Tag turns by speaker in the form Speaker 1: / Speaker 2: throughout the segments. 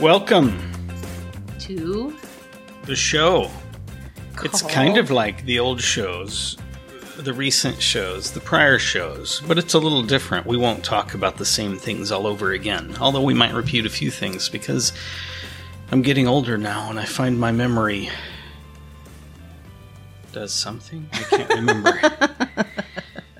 Speaker 1: Welcome
Speaker 2: to
Speaker 1: the show. It's
Speaker 2: Call.
Speaker 1: kind of like the old shows, the recent shows, the prior shows, but it's a little different. We won't talk about the same things all over again, although we might repeat a few things because I'm getting older now and I find my memory does something. I can't remember.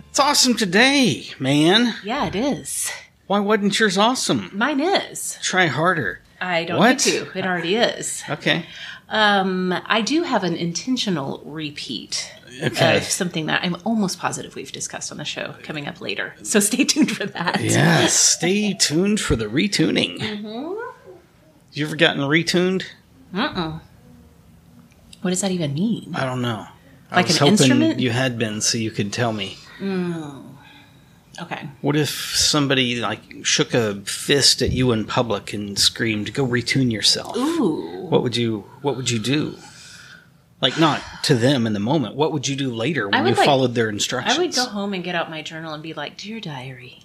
Speaker 1: it's awesome today, man.
Speaker 2: yeah, it is.
Speaker 1: Why wasn't yours awesome?
Speaker 2: Mine is.
Speaker 1: Try harder.
Speaker 2: I don't
Speaker 1: What?
Speaker 2: need to. It already is.
Speaker 1: Okay.
Speaker 2: Um, I do have an intentional repeat
Speaker 1: Okay.
Speaker 2: of something that I'm almost positive we've discussed on the show coming up later. So stay tuned for that.
Speaker 1: Yeah, stay tuned for the retuning. You ever gotten retuned?
Speaker 2: Uh-uh. What does that even mean?
Speaker 1: I don't know. I
Speaker 2: Like
Speaker 1: was
Speaker 2: an
Speaker 1: hoping
Speaker 2: instrument?
Speaker 1: you had been so you could tell me.
Speaker 2: Mm. Okay.
Speaker 1: What if somebody like shook a fist at you in public and screamed, "Go retune yourself."
Speaker 2: Ooh.
Speaker 1: What would you what would you do? Like not to them in the moment. What would you do later when
Speaker 2: would,
Speaker 1: you
Speaker 2: like-
Speaker 1: followed their
Speaker 2: I
Speaker 1: instructions?
Speaker 2: would go home and get out my journal and be like, Dear diary,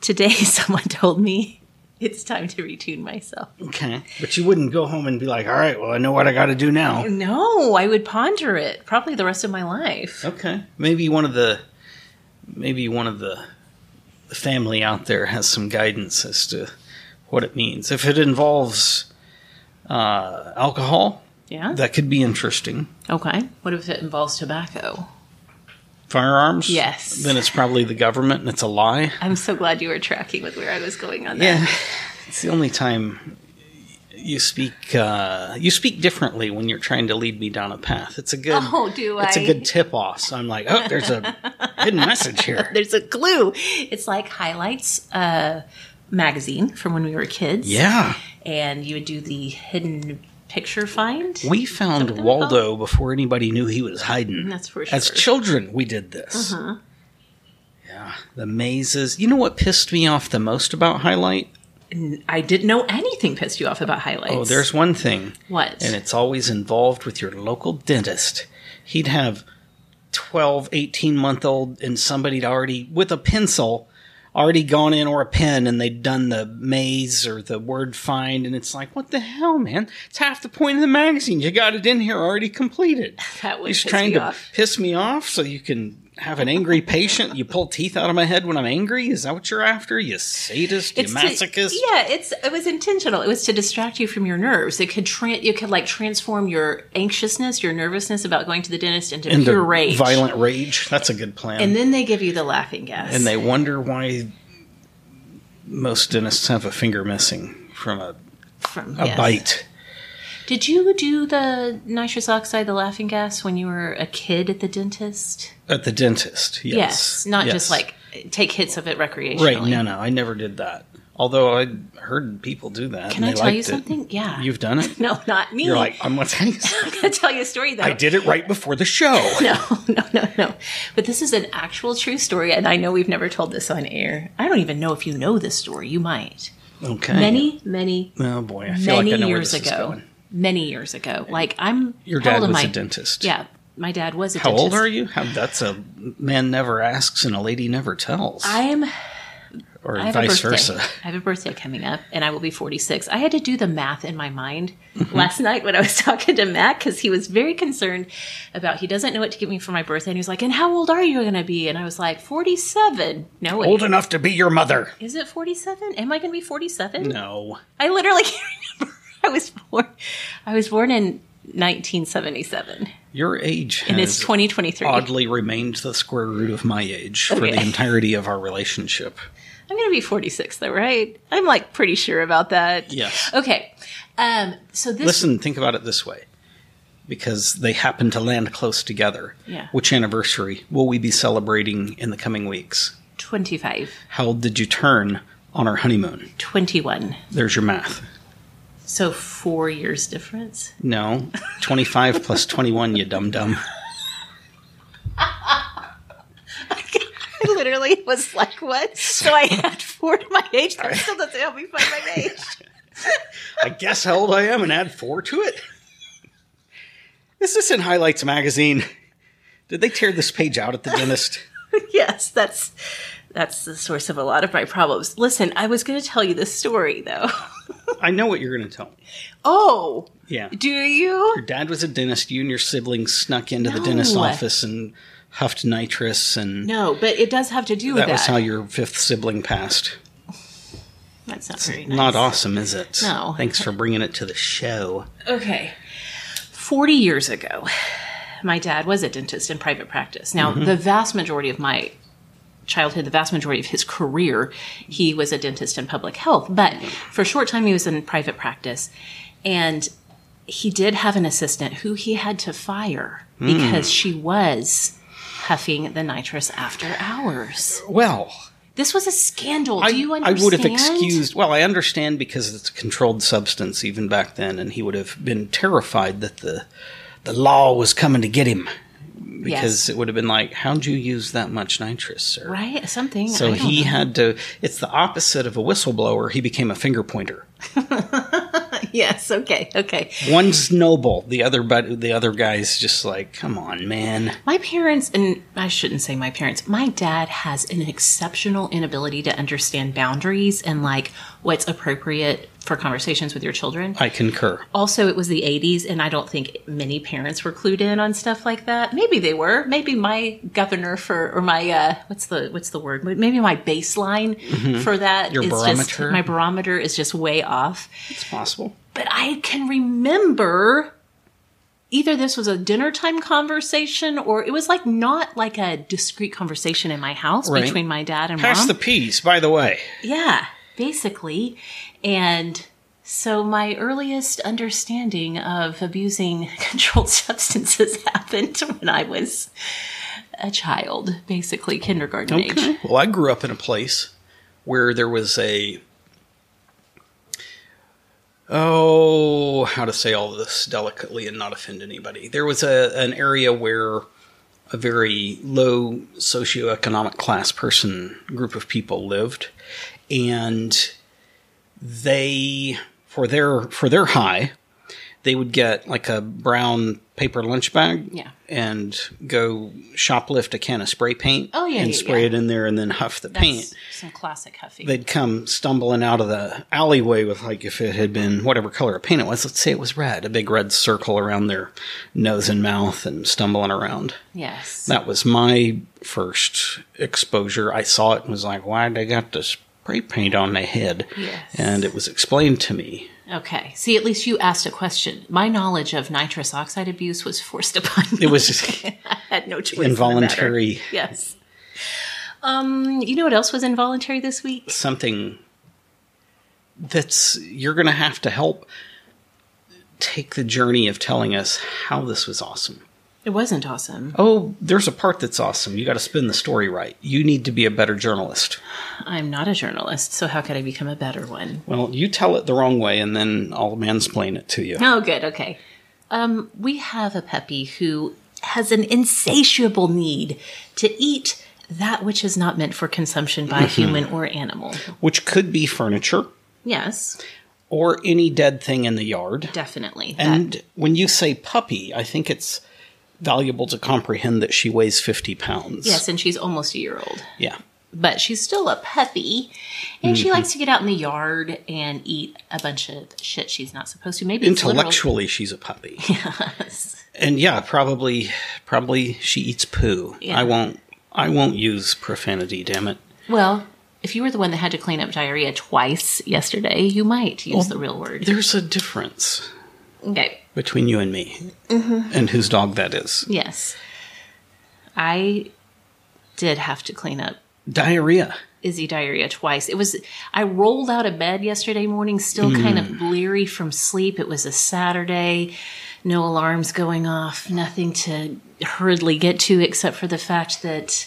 Speaker 2: today someone told me it's time to retune myself.
Speaker 1: Okay. But you wouldn't go home and be like, "All right, well, I know what I got to do now."
Speaker 2: No, I would ponder it probably the rest of my life.
Speaker 1: Okay. Maybe one of the maybe one of the the family out there has some guidance as to what it means. If it involves uh, alcohol,
Speaker 2: Yeah.
Speaker 1: that could be interesting.
Speaker 2: okay. What if it involves tobacco?
Speaker 1: Firearms?
Speaker 2: Yes.
Speaker 1: Then it's probably the government and it's a lie.
Speaker 2: I'm so glad you were tracking with where I was going on that.
Speaker 1: Yeah. It's the only time you speak uh, you speak differently when you're trying to lead me down a path. It's a good
Speaker 2: Oh, do
Speaker 1: it's
Speaker 2: I?
Speaker 1: a good tip off. So I'm like, oh, there's a hidden message here.
Speaker 2: There's a clue. It's like highlights uh, magazine from when we were kids.
Speaker 1: Yeah.
Speaker 2: And you would do the hidden picture find.
Speaker 1: We found
Speaker 2: Something
Speaker 1: Waldo before anybody knew he was hiding.
Speaker 2: That's for
Speaker 1: As
Speaker 2: sure. Uh-huh.
Speaker 1: children, we did this. Yeah, the mazes. You know what pissed me off the most about Highlight?
Speaker 2: I didn't know anything pissed you off about highlights.
Speaker 1: Oh, there's one thing,
Speaker 2: what?
Speaker 1: and it's always involved with your local dentist. He'd have 12, 18 month old, and somebody'd already, with a pencil, already gone in or a pen, and they'd done the maze or the word find, and it's like, what the hell, man? It's half the point of the magazine. You got it in here already completed.
Speaker 2: that would
Speaker 1: He's
Speaker 2: piss
Speaker 1: trying
Speaker 2: me
Speaker 1: to
Speaker 2: off.
Speaker 1: piss me off so you can have an angry patient. You pull teeth out of my head when I'm angry. Is that what you're after? You sadist, you
Speaker 2: It's to-
Speaker 1: masochist.
Speaker 2: yeah, it's it was intentional. It was to distract you from your nerves. It could tra- it could like transform your anxiousness, your nervousness about going to the dentist into
Speaker 1: Into
Speaker 2: pure rage.
Speaker 1: violent rage. That's a good plan.
Speaker 2: And then they give you the laughing gas.
Speaker 1: And they wonder why most dentists have a finger missing from a,
Speaker 2: from
Speaker 1: a
Speaker 2: yes.
Speaker 1: bite.
Speaker 2: Did you do the nitrous oxide, the laughing gas, when you were a kid at the dentist?
Speaker 1: At the dentist, yes.
Speaker 2: not
Speaker 1: Yes.
Speaker 2: just like take hits of it recreationally.
Speaker 1: Right, no, no, I never did that. Although I heard people do that.
Speaker 2: Can
Speaker 1: and
Speaker 2: I
Speaker 1: they
Speaker 2: tell you
Speaker 1: liked it.
Speaker 2: something? Yeah.
Speaker 1: You've done it?
Speaker 2: No, not me.
Speaker 1: You're like, I'm going to tell you something.
Speaker 2: I'm going to tell you a story though.
Speaker 1: I did it right before the show.
Speaker 2: No, no, no, no. But this is an actual true story, and I know we've never told this on air. I don't even know if you know this story. You might.
Speaker 1: Okay.
Speaker 2: Many, many,
Speaker 1: Oh boy, I feel
Speaker 2: many
Speaker 1: like I know where
Speaker 2: years
Speaker 1: this is
Speaker 2: ago.
Speaker 1: going.
Speaker 2: Many years ago. Like I'm.
Speaker 1: Your
Speaker 2: how
Speaker 1: dad
Speaker 2: old am
Speaker 1: was a
Speaker 2: I?
Speaker 1: dentist.
Speaker 2: Yeah, my dad was a
Speaker 1: How
Speaker 2: dentist.
Speaker 1: old are you? How, that's a man never asks and a lady never tells,
Speaker 2: I am.
Speaker 1: or
Speaker 2: I have
Speaker 1: vice
Speaker 2: a birthday.
Speaker 1: versa.
Speaker 2: I have a birthday coming up, and I will be 46. I had to do the math in my mind
Speaker 1: Mm-hmm.
Speaker 2: last night when I was talking to Matt because he was very concerned about he doesn't know what to give me for my birthday, and he was like, "And how old are you going to be?" And I was like, "47." No, wait.
Speaker 1: Old enough to be your mother.
Speaker 2: Is it 47? Am I going to be 47?
Speaker 1: No.
Speaker 2: I literally can't remember. I was born. I was born in 1977,
Speaker 1: Your age
Speaker 2: and
Speaker 1: has
Speaker 2: it's 2023.
Speaker 1: oddly remained the square root of my age for the
Speaker 2: Okay.
Speaker 1: entirety of our relationship.
Speaker 2: I'm going to be 46, though, right? I'm like pretty sure about that.
Speaker 1: Yes.
Speaker 2: Okay. Um. So Oh, this.
Speaker 1: Listen, think about it this way. Because they happen to land close together.
Speaker 2: Yeah.
Speaker 1: Which anniversary will we be celebrating in the coming weeks?
Speaker 2: 25,
Speaker 1: How old did you turn on our honeymoon?
Speaker 2: 21.
Speaker 1: There's your math.
Speaker 2: So four years difference.
Speaker 1: No, 25 plus 21, you dum dum.
Speaker 2: I literally was like, what? So I had four to my age. That still doesn't help me find my age.
Speaker 1: I guess how old I am and add four to it. Is this in Highlights Magazine? Did they tear this page out at the dentist?
Speaker 2: yes, that's that's the source of a lot of my problems. Listen, I was going to tell you this story though.
Speaker 1: I know what you're going to tell me.
Speaker 2: Oh,
Speaker 1: Yeah.
Speaker 2: do you?
Speaker 1: Your dad was a dentist. You and your siblings snuck into the dentist's
Speaker 2: No.
Speaker 1: office and huffed nitrous, and
Speaker 2: No, but it does have to do with
Speaker 1: that
Speaker 2: that.
Speaker 1: was how your fifth sibling passed.
Speaker 2: That's not very nice.
Speaker 1: Not awesome, is it?
Speaker 2: No.
Speaker 1: Thanks for bringing it to the show.
Speaker 2: Okay. 40 years ago, my dad was a dentist in private practice. Now,
Speaker 1: Mm-hmm.
Speaker 2: the vast majority of my childhood, the vast majority of his career, he was a dentist in public health. But for a short time, he was in private practice. And he did have an assistant who he had to fire
Speaker 1: Hmm.
Speaker 2: because she was huffing the nitrous after hours.
Speaker 1: Well,
Speaker 2: This was a scandal. Do you
Speaker 1: I
Speaker 2: understand?
Speaker 1: would have excused. Well, I understand because it's a controlled substance even back then, and he would have been terrified that the the law was coming to get him because
Speaker 2: Yes.
Speaker 1: it would have been like, "How'd you use that much nitrous, sir?"
Speaker 2: Right? Something. I
Speaker 1: So
Speaker 2: don't
Speaker 1: he
Speaker 2: know.
Speaker 1: had to. It's the opposite of a whistleblower. He became a finger pointer.
Speaker 2: Yes. Okay. Okay.
Speaker 1: One's noble, the other, but the other guy's just like, "Come on, man."
Speaker 2: My parents, and I shouldn't say my parents, my dad has an exceptional inability to understand boundaries and like what's appropriate for conversations with your children.
Speaker 1: I concur.
Speaker 2: Also, it was the 80s, and I don't think many parents were clued in on stuff like that. Maybe they were. Maybe my governor for, or my, uh, what's the, what's the word? Maybe my baseline for that
Speaker 1: Mm-hmm. Your
Speaker 2: is
Speaker 1: barometer?
Speaker 2: just, my barometer is just way off
Speaker 1: It's possible.
Speaker 2: but I can remember either this was a dinner time conversation or it was like not like a discreet conversation in my house
Speaker 1: Right.
Speaker 2: between my dad and
Speaker 1: Pass
Speaker 2: mom.
Speaker 1: the peas, by the way.
Speaker 2: yeah, basically. And so my earliest understanding of abusing controlled substances happened when I was a child, basically kindergarten
Speaker 1: Oh,
Speaker 2: age.
Speaker 1: Well, I grew up in a place where there was a oh, how to say all this delicately and not offend anybody. There was a an area where a very low socioeconomic class person group of people lived and they for their for their high they would get like a brown paper lunch bag
Speaker 2: Yeah.
Speaker 1: and go shoplift a can of spray paint
Speaker 2: Oh, yeah,
Speaker 1: and
Speaker 2: yeah,
Speaker 1: spray
Speaker 2: yeah.
Speaker 1: it in there and then huff the paint
Speaker 2: That's some classic huffing.
Speaker 1: they'd come stumbling out of the alleyway with like if it had been whatever color of paint it was let's say it was red a big red circle around their nose and mouth and stumbling around
Speaker 2: yes.
Speaker 1: that was my first exposure. I saw it and was like, why they got the spray paint on their head?
Speaker 2: Yes.
Speaker 1: And it was explained to me.
Speaker 2: Okay. See, at least you asked a question. My knowledge of nitrous oxide abuse was forced upon me.
Speaker 1: It was
Speaker 2: I had no choice. in the
Speaker 1: involuntary
Speaker 2: matter. Yes. Um, you know what else was involuntary this week?
Speaker 1: something that's you're going to have to help take the journey of telling us how this was awesome.
Speaker 2: It wasn't awesome.
Speaker 1: Oh, there's a part that's awesome. You got to spin the story right. You need to be a better journalist.
Speaker 2: I'm not a journalist, so how could I become a better one?
Speaker 1: Well, you tell it the wrong way, and then I'll mansplain it to you.
Speaker 2: Oh, good. Okay. Um, we have a puppy who has an insatiable need to eat that which is not meant for consumption by
Speaker 1: Mm-hmm.
Speaker 2: human or animal.
Speaker 1: Which could be furniture
Speaker 2: Yes,
Speaker 1: or any dead thing in the yard.
Speaker 2: definitely.
Speaker 1: And when you say puppy, I think it's valuable to comprehend that she weighs 50 pounds.
Speaker 2: yes, and she's almost a year old.
Speaker 1: Yeah.
Speaker 2: but she's still a puppy and she likes to get out in the yard and eat a bunch of shit she's not supposed to maybe it's literal.
Speaker 1: Intellectually, she's a puppy. Yes. And yeah, probably, probably she eats poo.
Speaker 2: Yeah.
Speaker 1: I won't, I won't use profanity. Damn it.
Speaker 2: well if you were the one that had to clean up diarrhea twice yesterday you might use the real word
Speaker 1: There's a difference
Speaker 2: okay
Speaker 1: between you and me, and whose dog that is.
Speaker 2: yes i did have to clean up
Speaker 1: Diarrhea.
Speaker 2: Izzy diarrhea twice. It was I rolled out of bed yesterday morning still
Speaker 1: Hmm.
Speaker 2: kind of bleary from sleep. It was a Saturday, no alarms going off, nothing to hurriedly get to except for the fact that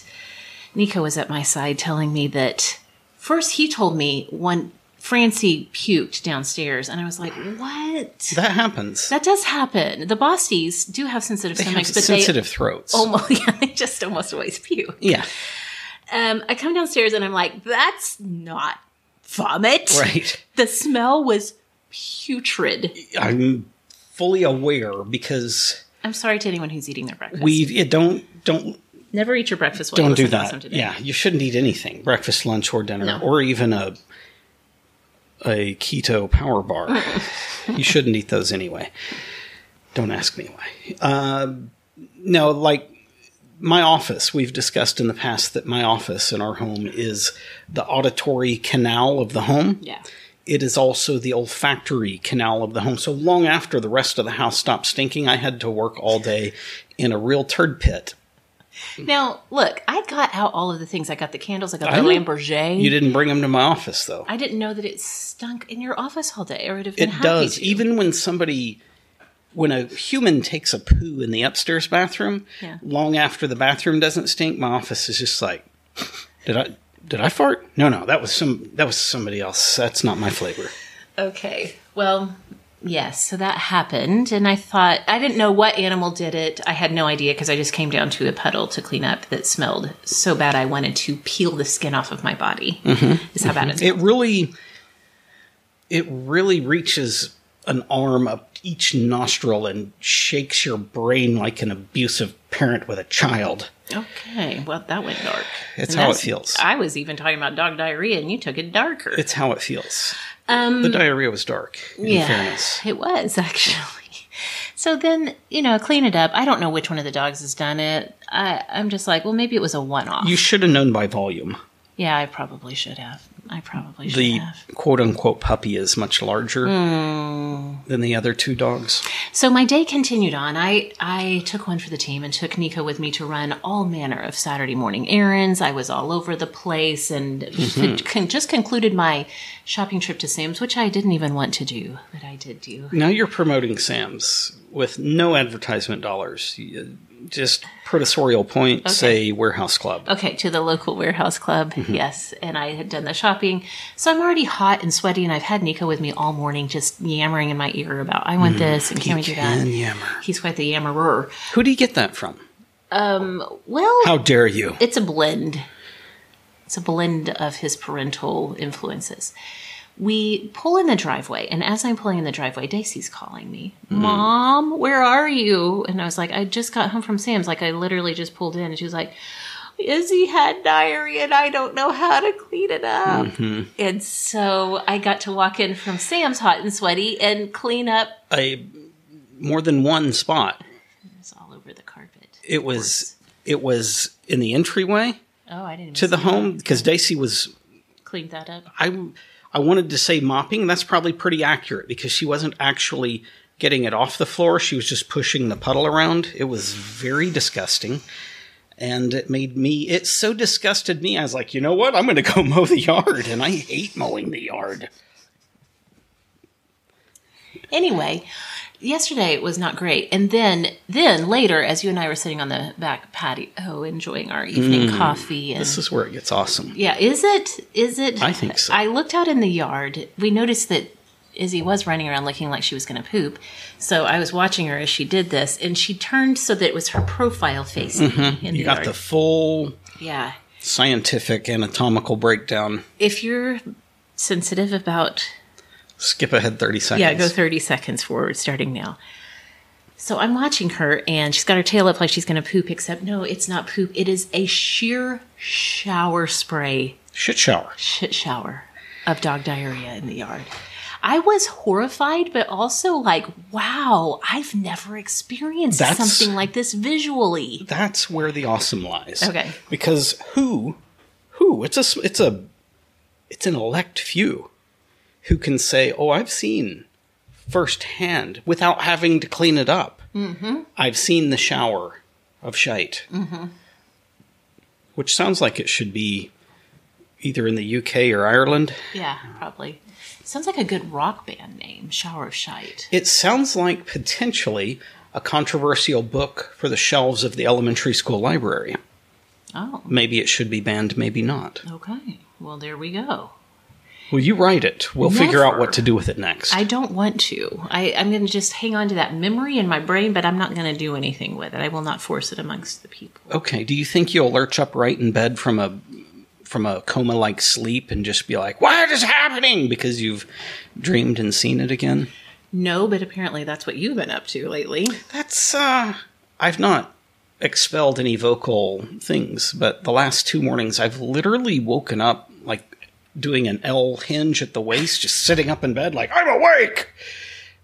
Speaker 2: Nico was at my side telling me that first he told me one Francie puked downstairs and I was like, "What?"
Speaker 1: That happens.
Speaker 2: That does happen. The Bosties do have sensitive
Speaker 1: they have
Speaker 2: stomachs, but
Speaker 1: sensitive
Speaker 2: they
Speaker 1: throats.
Speaker 2: almost yeah, they just almost always puke
Speaker 1: yeah.
Speaker 2: um, I come downstairs and I'm like, that's not vomit.
Speaker 1: Right.
Speaker 2: The smell was putrid.
Speaker 1: I'm fully aware because
Speaker 2: I'm sorry to anyone who's eating their breakfast.
Speaker 1: we it don't don't
Speaker 2: never eat your breakfast. While you
Speaker 1: don't do
Speaker 2: listen to awesome
Speaker 1: that.
Speaker 2: today.
Speaker 1: Yeah, you shouldn't eat anything. Breakfast, lunch, or dinner,
Speaker 2: No.
Speaker 1: or even a a keto power bar. you shouldn't eat those anyway. Don't ask me why. Uh, no, like my office. We've discussed in the past that my office in our home is the auditory canal of the home.
Speaker 2: Yeah.
Speaker 1: it is also the olfactory canal of the home. So long after the rest of the house stopped stinking, I had to work all day in a real turd pit.
Speaker 2: Now look, I got out all of the things. I got the candles. I got
Speaker 1: I
Speaker 2: the
Speaker 1: don't-
Speaker 2: Lamborghini.
Speaker 1: You didn't bring them to my office, though.
Speaker 2: I didn't know that it stunk in your office all day, or it'd have been
Speaker 1: it
Speaker 2: happy
Speaker 1: does.
Speaker 2: to.
Speaker 1: Even when somebody, when a human takes a poo in the upstairs bathroom,
Speaker 2: Yeah.
Speaker 1: long after the bathroom doesn't stink, my office is just like, did I? Did I fart? No, no, that was some that was somebody else. That's not my flavor.
Speaker 2: Okay. Well, yes. So that happened, and I thought I didn't know what animal did it. I had no idea because I just came down to a puddle to clean up that smelled so bad I wanted to peel the skin off of my body. Is how bad it
Speaker 1: Mm-hmm, It
Speaker 2: smelled.
Speaker 1: really it really reaches an arm up each nostril and shakes your brain like an abusive parent with a child.
Speaker 2: okay. Well, that went dark.
Speaker 1: It's
Speaker 2: And
Speaker 1: how it
Speaker 2: that's-
Speaker 1: feels.
Speaker 2: I was even talking about dog diarrhea, and you took it darker.
Speaker 1: It's how it feels. Um, the diarrhea was dark, in fairness.
Speaker 2: It was actually. So then, you know, clean it up. I don't know which one of the dogs has done it. I, I'm just like, well, maybe it was a one-off.
Speaker 1: You should have known by volume.
Speaker 2: yeah, I probably should have. I probably should
Speaker 1: The
Speaker 2: have.
Speaker 1: quote unquote puppy is much larger
Speaker 2: Hmm.
Speaker 1: than the other two dogs.
Speaker 2: So my day continued on. I I took one for the team and took Nico with me to run all manner of Saturday morning errands. I was all over the place and con- just concluded my shopping trip to Sam's, which I didn't even want to do, but I did do.
Speaker 1: Now you're promoting Sam's with no advertisement dollars. You- Just predatorial point, say warehouse club.
Speaker 2: Okay, to the local warehouse club. Yes, and I had done the shopping. So I'm already hot and sweaty and I've had Nico with me all morning just yammering in my ear about I want this and can we do that?
Speaker 1: And yammer.
Speaker 2: He's quite the yammerer.
Speaker 1: Who do you get that from?
Speaker 2: Well,
Speaker 1: How dare you?
Speaker 2: it's a blend. It's a blend of his parental influences. We pull in the driveway, and as I'm pulling in the driveway, Daisy's calling me,
Speaker 1: Mm-hmm.
Speaker 2: Mom, where are you? And I was like, I just got home from Sam's. Like, I literally just pulled in, and she was like, Izzy had diarrhea, and I don't know how to clean it up.
Speaker 1: Mm-hmm.
Speaker 2: And so I got to walk in from Sam's hot and sweaty and clean up.
Speaker 1: I more than one spot.
Speaker 2: It's all over the carpet.
Speaker 1: It was it was in the entryway
Speaker 2: Oh, I didn't even
Speaker 1: to the
Speaker 2: see
Speaker 1: home because Daisy was
Speaker 2: that. clean that up.
Speaker 1: I I wanted to say mopping. That's probably pretty accurate because she wasn't actually getting it off the floor. She was just pushing the puddle around. It was very disgusting. And it made me, it so disgusted me. I was like, you know what? I'm going to go mow the yard. And I hate mowing the yard.
Speaker 2: Anyway, yesterday was not great. And then then later, as you and I were sitting on the back patio enjoying our evening coffee and
Speaker 1: Mm. This is where it gets awesome.
Speaker 2: yeah, is it is it
Speaker 1: I think so.
Speaker 2: I looked out in the yard. We noticed that Izzy was running around looking like she was going to poop. So I was watching her as she did this and she turned so that it was her profile facing in the
Speaker 1: Mm-hmm. You got
Speaker 2: yard.
Speaker 1: the full
Speaker 2: yeah.
Speaker 1: scientific anatomical breakdown.
Speaker 2: If you're sensitive about
Speaker 1: Skip ahead 30 seconds.
Speaker 2: Yeah, go 30 seconds forward starting now. So I'm watching her and she's got her tail up like she's going to poop, except no, it's not poop. It is a sheer shower spray,
Speaker 1: Shit shower.
Speaker 2: shit shower of dog diarrhea in the yard. I was horrified, but also like, wow, I've never experienced
Speaker 1: That's-
Speaker 2: something like this visually.
Speaker 1: That's where the awesome lies.
Speaker 2: Okay.
Speaker 1: Because who, who? It's a, s- it's a, it's an elect few who can say, "Oh, I've seen firsthand without having to clean it up. Mm-hmm. I've seen the shower of shite." Mm-hmm. Which sounds like it should be either in the UK or Ireland.
Speaker 2: Yeah, probably. Sounds like a good rock band name, Shower of Shite.
Speaker 1: It sounds like potentially a controversial book for the shelves of the elementary school library.
Speaker 2: Oh,
Speaker 1: Maybe it should be banned, maybe not.
Speaker 2: okay. Well, there we go.
Speaker 1: Well, you write it. We'll figure out
Speaker 2: Never.
Speaker 1: what to do with it next.
Speaker 2: I don't want to. I, I'm going to just hang on to that memory in my brain, but I'm not going to do anything with it. I will not force it amongst the people.
Speaker 1: okay. Do you think you'll lurch up right in bed from a from a coma like sleep and just be like, "What is happening?" Because you've dreamed and seen it again.
Speaker 2: No, but apparently that's what you've been up to lately.
Speaker 1: That's uh, I've not expelled any vocal things, but the last two mornings I've literally woken up like doing an L hinge at the waist, just sitting up in bed like I'm awake,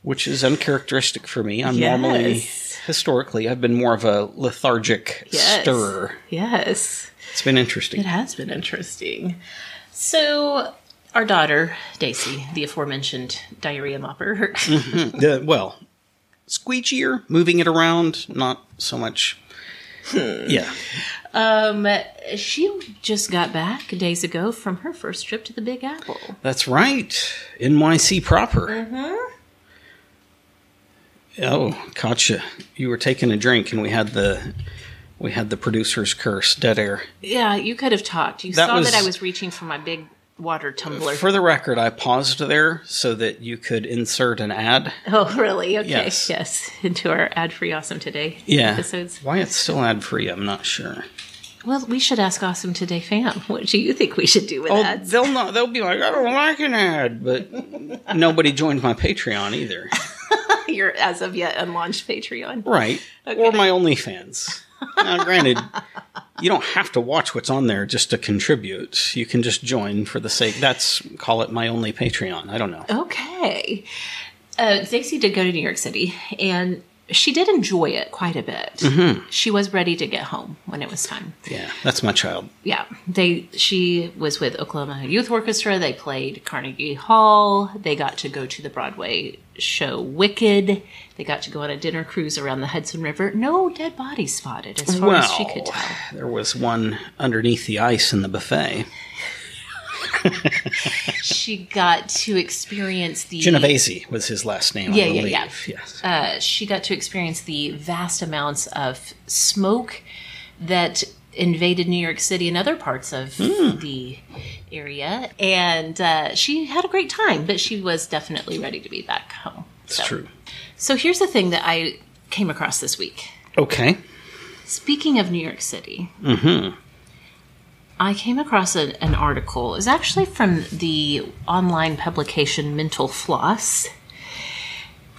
Speaker 1: which is uncharacteristic for me. I'm normally
Speaker 2: Yes.
Speaker 1: historically I've been more of a lethargic
Speaker 2: Yes.
Speaker 1: stirrer.
Speaker 2: Yes,
Speaker 1: It's been interesting.
Speaker 2: it has been interesting. So, our daughter, Daisy, the aforementioned diarrhea mopper,
Speaker 1: Uh, well, squeegier, moving it around, not so much.
Speaker 2: Hmm.
Speaker 1: yeah.
Speaker 2: um, she just got back days ago from her first trip to the Big Apple.
Speaker 1: That's right. NYC proper.
Speaker 2: Mm-hmm.
Speaker 1: Oh, gotcha. You were taking a drink, and we had the we had the producer's curse, dead air.
Speaker 2: Yeah, you could have talked. You
Speaker 1: That
Speaker 2: saw
Speaker 1: was-
Speaker 2: that I was reaching for my big water tumbler.
Speaker 1: For the record, I paused there so that you could insert an ad.
Speaker 2: Oh, really? Okay.
Speaker 1: Yes.
Speaker 2: Yes. Into our ad free Awesome Today
Speaker 1: Yeah.
Speaker 2: episodes.
Speaker 1: Why it's still ad free, I'm not sure.
Speaker 2: Well, we should ask Awesome Today fam. What do you think we should do with
Speaker 1: Oh,
Speaker 2: ads?
Speaker 1: they'll not. They'll be like, I don't like an ad, but nobody joined my Patreon either,
Speaker 2: Your as of yet unlaunched Patreon.
Speaker 1: right? Or my OnlyFans. Now, granted, you don't have to watch what's on there just to contribute. You can just join for the sake. That's call it my only Patreon. I don't know.
Speaker 2: Oh. Okay. Uh, Stacey did go to New York City and she did enjoy it quite a bit.
Speaker 1: Mm-hmm.
Speaker 2: She was ready to get home when it was time.
Speaker 1: Yeah, that's my child.
Speaker 2: yeah they she was with oklahoma youth orchestra they played carnegie hall they got to go to the broadway show wicked they got to go on a dinner cruise around the hudson river no dead bodies spotted as far as she could tell
Speaker 1: there was one underneath the ice in the buffet.
Speaker 2: she got to experience the
Speaker 1: Genovese was his last name.
Speaker 2: Yeah,
Speaker 1: I
Speaker 2: yeah,
Speaker 1: believe.
Speaker 2: yeah.
Speaker 1: Yes.
Speaker 2: uh, she got to experience the vast amounts of smoke that invaded New York City and other parts of the area. And uh, she had a great time, but she was definitely ready to be back home.
Speaker 1: it's true.
Speaker 2: So here's the thing that I came across this week.
Speaker 1: Okay.
Speaker 2: Speaking of New York City, I came across a, an article. It was actually from the online publication Mental Floss.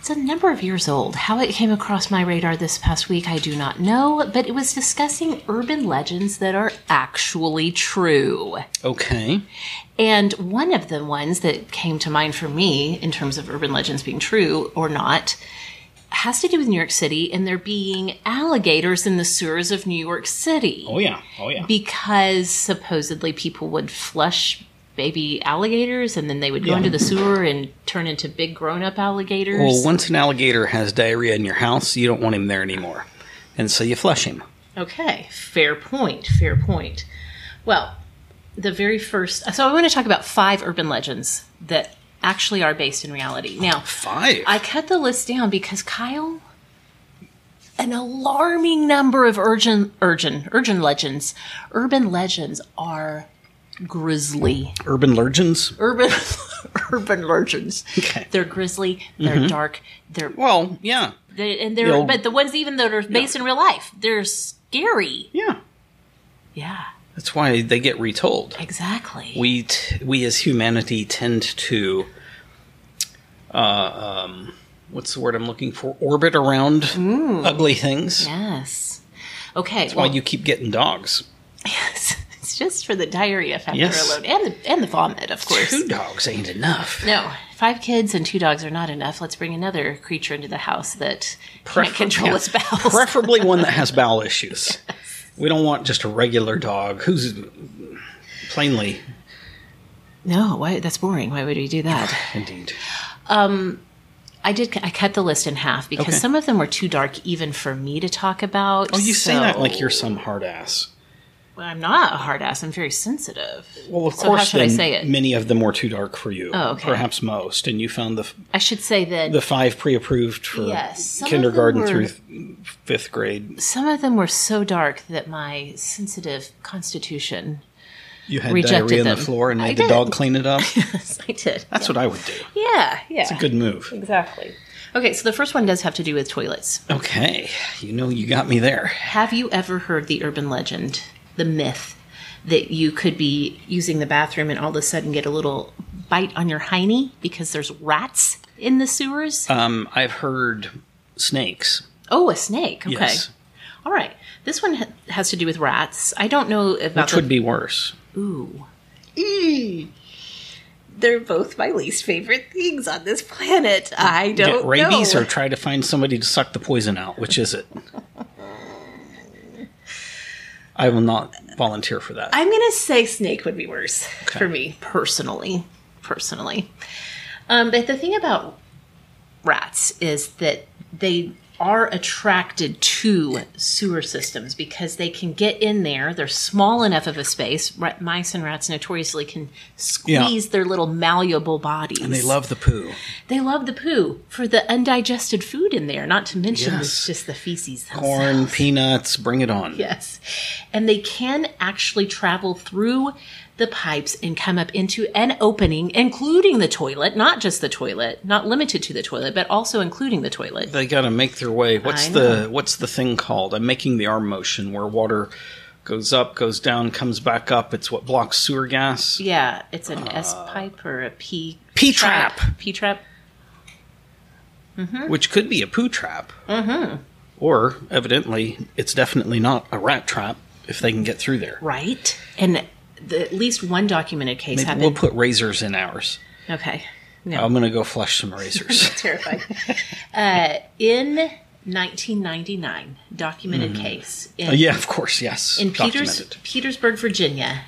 Speaker 2: It's a number of years old. How it came across my radar this past week, I do not know, but it was discussing urban legends that are actually true.
Speaker 1: Okay.
Speaker 2: And one of the ones that came to mind for me in terms of urban legends being true or not has to do with New York City and there being alligators in the sewers of New York City
Speaker 1: Oh yeah. Oh yeah.
Speaker 2: because supposedly people would flush baby alligators and then they would go into the sewer and turn into big grown-up alligators.
Speaker 1: Well, once an alligator has diarrhea in your house, you don't want him there anymore, and so you flush him.
Speaker 2: Okay, fair point, fair point. Well, the very first, so I want to talk about five urban legends that actually are based in reality. Now,
Speaker 1: Five.
Speaker 2: I cut the list down because Kyle, an alarming number of urgent, urgent, urgent legends, urban legends are grisly.
Speaker 1: Urban legends.
Speaker 2: Urban, urban legends.
Speaker 1: Okay.
Speaker 2: They're grisly. They're dark. They're,
Speaker 1: Mm-hmm. Well, yeah,
Speaker 2: they and they're,
Speaker 1: The old-
Speaker 2: but the ones even that are based in real life, they're scary.
Speaker 1: yeah.
Speaker 2: Yeah,
Speaker 1: That's why they get retold.
Speaker 2: exactly.
Speaker 1: we t- we as humanity tend to uh, um, what's the word I'm looking for? Orbit around ugly things.
Speaker 2: yes. Okay.
Speaker 1: That's why you keep getting dogs.
Speaker 2: it's just for the diarrhea factor
Speaker 1: Yes.
Speaker 2: alone, and the and the vomit, of course.
Speaker 1: Two dogs ain't enough.
Speaker 2: No, five kids and two dogs are not enough. Let's bring another creature into the house that can't
Speaker 1: Prefer-
Speaker 2: control
Speaker 1: yeah.
Speaker 2: its bowels.
Speaker 1: Preferably one that has bowel issues. We don't want just a regular dog who's plainly
Speaker 2: no, why? That's boring. Why would we do that?
Speaker 1: indeed.
Speaker 2: I did. I cut the list in half because
Speaker 1: Okay.
Speaker 2: some of them were too dark even for me to talk about.
Speaker 1: Oh, you say that
Speaker 2: so-
Speaker 1: like you're some hard ass.
Speaker 2: Well, I'm not a hard ass. I'm very sensitive.
Speaker 1: Well, of
Speaker 2: So how
Speaker 1: course,
Speaker 2: should I
Speaker 1: then
Speaker 2: say it?
Speaker 1: many of them were too dark for you.
Speaker 2: Oh, okay.
Speaker 1: Perhaps most, and you found the
Speaker 2: I should say that
Speaker 1: the five pre-approved for
Speaker 2: Yes, some of them
Speaker 1: kindergarten
Speaker 2: were-
Speaker 1: through fifth grade.
Speaker 2: some of them were so dark that my sensitive constitution.
Speaker 1: You had
Speaker 2: Rejected
Speaker 1: diarrhea on
Speaker 2: them.
Speaker 1: the floor and
Speaker 2: I
Speaker 1: made the
Speaker 2: did.
Speaker 1: dog clean it up.
Speaker 2: Yes, I did.
Speaker 1: That's what I would do.
Speaker 2: Yeah, yeah.
Speaker 1: It's a good move.
Speaker 2: Exactly. Okay, so the first one does have to do with toilets.
Speaker 1: Okay, you know you got me there.
Speaker 2: Have you ever heard the urban legend, the myth, that you could be using the bathroom and all of a sudden get a little bite on your hiney because there's rats in the sewers?
Speaker 1: Um, I've heard snakes.
Speaker 2: oh, a snake. Okay.
Speaker 1: Yes,
Speaker 2: All right. This one ha- has to do with rats. I don't know about
Speaker 1: which
Speaker 2: the-
Speaker 1: would be worse.
Speaker 2: Ooh. Eee. They're both my least favorite things on this planet. I don't
Speaker 1: Get rabies
Speaker 2: know.
Speaker 1: or try to find somebody to suck the poison out. Which is it? I will not volunteer for that.
Speaker 2: I'm gonna say snake would be worse for me personally. Personally, um, but the thing about rats is that they are attracted to sewer systems because they can get in there. They're small enough of a space. Rat- mice and rats notoriously can squeeze their little malleable bodies.
Speaker 1: and they love the poo.
Speaker 2: they love the poo for the undigested food in there. Not to mention
Speaker 1: Yes.
Speaker 2: just the feces.
Speaker 1: Corn, peanuts, bring it on.
Speaker 2: Yes. And they can actually travel through the pipes and come up into an opening, including the toilet, not just the toilet, not limited to the toilet, but also including the toilet.
Speaker 1: They got to make their way. What's
Speaker 2: I
Speaker 1: the what's the thing called? I'm making the arm motion where water goes up, goes down, comes back up. It's what blocks sewer gas.
Speaker 2: Yeah, it's an S pipe or a P
Speaker 1: P-trap.
Speaker 2: P trap.
Speaker 1: which could be a poo trap. Mm-hmm. Or, evidently, it's definitely not a rat trap if they can get through there.
Speaker 2: Right. And the, at least one documented case
Speaker 1: Maybe
Speaker 2: happened.
Speaker 1: we'll put razors in ours.
Speaker 2: okay.
Speaker 1: I'm going to go flush some razors.
Speaker 2: Terrified. uh, in 1999, documented case. In
Speaker 1: Uh, yeah, of course, yes.
Speaker 2: In Peters,
Speaker 1: Documented.
Speaker 2: Petersburg, Virginia,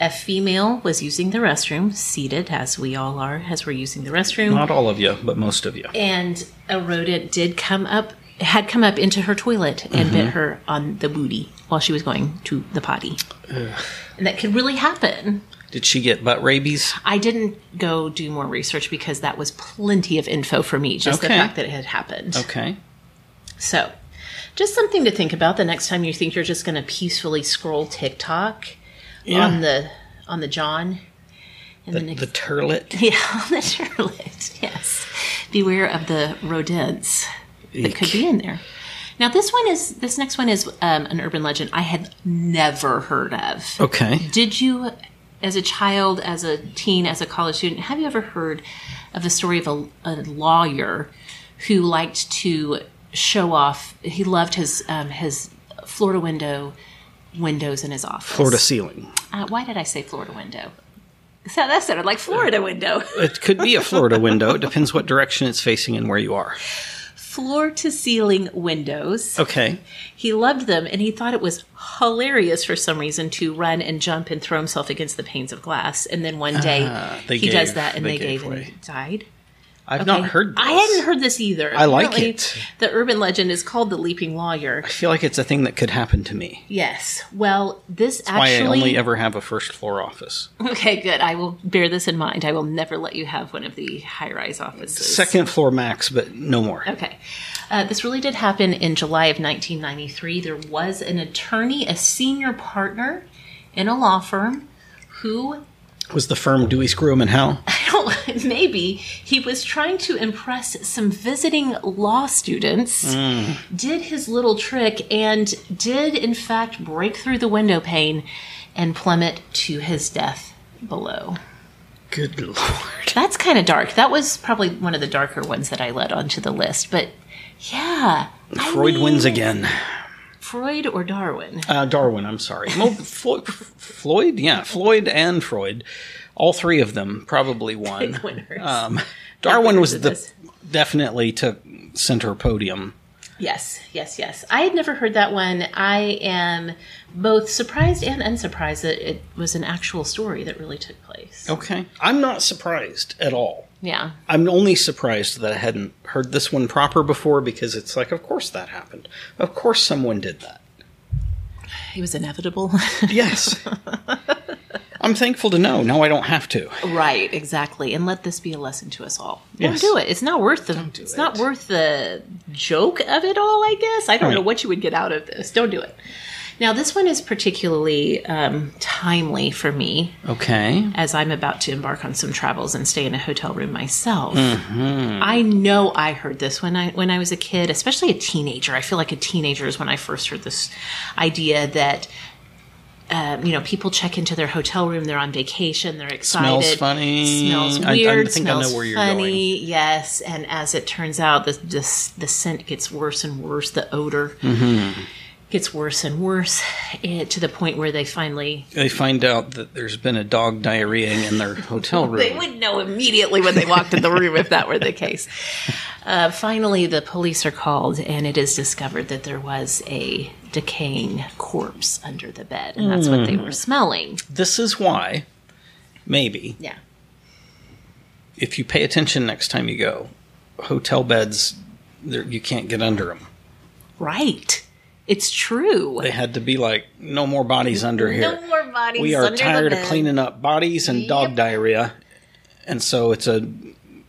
Speaker 2: a female was using the restroom, seated as we all are, as we're using the restroom,
Speaker 1: Not all of you, but most of you.
Speaker 2: and a rodent did come up, had come up into her toilet and
Speaker 1: Mm-hmm.
Speaker 2: bit her on the booty while she was going to the potty. And that could really happen.
Speaker 1: Did she get butt rabies?
Speaker 2: I didn't go do more research because that was plenty of info for me, just the
Speaker 1: Okay.
Speaker 2: fact that it had happened.
Speaker 1: Okay.
Speaker 2: So, just something to think about the next time you think you're just going to peacefully scroll TikTok on the on the John and the, next,
Speaker 1: The turlet.
Speaker 2: yeah on the Charlotte. Yes, beware of the rodents that could be in there. Now, this one is this next one is um, an urban legend I had never heard of.
Speaker 1: Okay.
Speaker 2: Did you, as a child, as a teen, as a college student, have you ever heard of the story of a, a lawyer who liked to show off? He loved his um, his Florida window windows in his office.
Speaker 1: Florida ceiling.
Speaker 2: Uh, why did I say Florida window? So that sounded like Florida window.
Speaker 1: It could be a Florida window. It depends what direction it's facing and where you are.
Speaker 2: Floor to ceiling windows.
Speaker 1: Okay.
Speaker 2: He loved them and he thought it was hilarious for some reason to run and jump and throw himself against the panes of glass. And then one day
Speaker 1: Ah, they
Speaker 2: he does
Speaker 1: gave-
Speaker 2: that and
Speaker 1: they
Speaker 2: they,
Speaker 1: gave
Speaker 2: gave, and
Speaker 1: way.
Speaker 2: he died.
Speaker 1: I've not heard this.
Speaker 2: I hadn't heard this either.
Speaker 1: I like
Speaker 2: Apparently,
Speaker 1: it.
Speaker 2: The urban legend is called the leaping lawyer.
Speaker 1: I feel like it's a thing that could happen to me.
Speaker 2: Yes. Well, this
Speaker 1: Why I
Speaker 2: actually
Speaker 1: only ever have a first floor office.
Speaker 2: Okay, good. I will bear this in mind. I will never let you have one of the high-rise offices.
Speaker 1: Second floor max, but no more.
Speaker 2: Okay. Uh, this really did happen in July of 1993. There was an attorney, a senior partner in a law firm, who
Speaker 1: Was the firm Dewey Screw 'em and Howe?
Speaker 2: I don't, maybe he was trying to impress some visiting law students, did his little trick, and did in fact break through the window pane and plummet to his death below.
Speaker 1: Good lord.
Speaker 2: That's kind of dark. That was probably one of the darker ones that I led onto the list, but yeah. I
Speaker 1: Freud
Speaker 2: mean,
Speaker 1: wins again.
Speaker 2: Freud or Darwin?
Speaker 1: Uh, Darwin, I'm sorry. Well, Floyd, Floyd, yeah, Floyd and Freud, all three of them probably won.
Speaker 2: Big winners.
Speaker 1: Um, Darwin was
Speaker 2: of
Speaker 1: the
Speaker 2: this.
Speaker 1: definitely took center podium.
Speaker 2: Yes, yes, yes. I had never heard that one. I am both surprised and unsurprised that it was an actual story that really took place.
Speaker 1: Okay, I'm not surprised at all.
Speaker 2: Yeah.
Speaker 1: I'm only surprised that I hadn't heard this one proper before because it's like, of course that happened. Of course someone did that.
Speaker 2: It was inevitable.
Speaker 1: Yes. I'm thankful to know. Now I don't have to.
Speaker 2: right, exactly. And let this be a lesson to us all.
Speaker 1: Yes.
Speaker 2: Don't do it. It's not worth the
Speaker 1: do
Speaker 2: it's not
Speaker 1: it.
Speaker 2: worth the joke of it all, I guess. I don't know
Speaker 1: Right.
Speaker 2: what you would get out of this. Don't do it. Now, this one is particularly um, timely for me
Speaker 1: Okay.
Speaker 2: as I'm about to embark on some travels and stay in a hotel room myself.
Speaker 1: Mm-hmm.
Speaker 2: I know I heard this when I when I was a kid, especially a teenager. I feel like a teenager is when I first heard this idea that um, you know people check into their hotel room, they're on vacation, they're excited,
Speaker 1: funny.
Speaker 2: smells
Speaker 1: I- I
Speaker 2: weird,
Speaker 1: think I know
Speaker 2: smells
Speaker 1: where you're
Speaker 2: funny. Yes, and as it turns out, the this, the scent gets worse and worse. The odor.
Speaker 1: Mm-hmm.
Speaker 2: Gets worse and worse eh, to the point where they finally
Speaker 1: They find out that there's been a dog diarrheaing in their hotel room.
Speaker 2: They would know immediately when they walked in the room if that were the case. Uh, finally, the police are called, and it is discovered that there was a decaying corpse under the bed, and that's what they were smelling.
Speaker 1: This is why, maybe,
Speaker 2: Yeah.
Speaker 1: if you pay attention next time you go, hotel beds, they're- you can't get under them.
Speaker 2: Right. It's true.
Speaker 1: They had to be like, no more bodies under here.
Speaker 2: No more bodies
Speaker 1: We are
Speaker 2: under the
Speaker 1: tired of
Speaker 2: bed.
Speaker 1: cleaning up bodies and dog diarrhea. And so it's a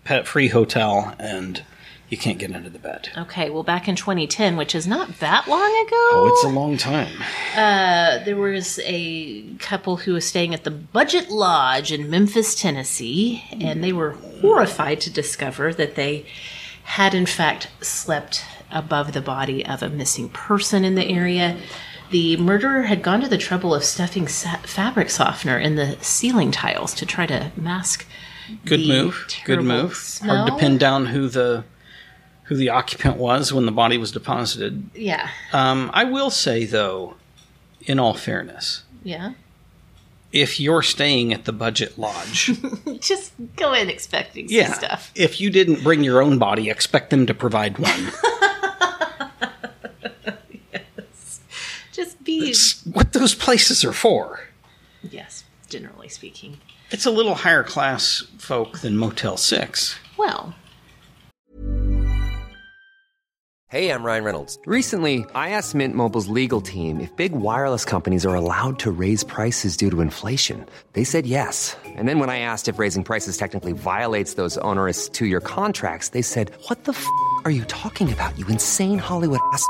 Speaker 1: pet free hotel and you can't get under the bed.
Speaker 2: Okay, well, back in 2010, which is not that long ago,
Speaker 1: Oh, it's a long time.
Speaker 2: there was a couple who was staying at the Budget Lodge in Memphis, Tennessee, and they were horrified to discover that they had, in fact, slept above the body of a missing person in the area. The murderer had gone to the trouble of stuffing sa- fabric softener in the ceiling tiles to try to mask.
Speaker 1: Good
Speaker 2: the
Speaker 1: move. Good
Speaker 2: terrible
Speaker 1: move. Hard to
Speaker 2: smell.
Speaker 1: pin down who the who the occupant was when the body was deposited.
Speaker 2: Yeah.
Speaker 1: Um, I will say though, in all fairness,
Speaker 2: Yeah.
Speaker 1: if you're staying at the budget lodge,
Speaker 2: Just go in expecting some
Speaker 1: yeah,
Speaker 2: stuff.
Speaker 1: if you didn't bring your own body, expect them to provide one.
Speaker 2: Just be.
Speaker 1: It's what those places are for.
Speaker 2: Yes, generally speaking.
Speaker 1: It's a little higher class folk than Motel Six.
Speaker 2: Well,
Speaker 3: Hey, I'm Ryan Reynolds. Recently, I asked Mint Mobile's legal team if big wireless companies are allowed to raise prices due to inflation. They said yes. And then when I asked if raising prices technically violates those onerous two year contracts, they said, What the f are you talking about, you insane Hollywood ass? f-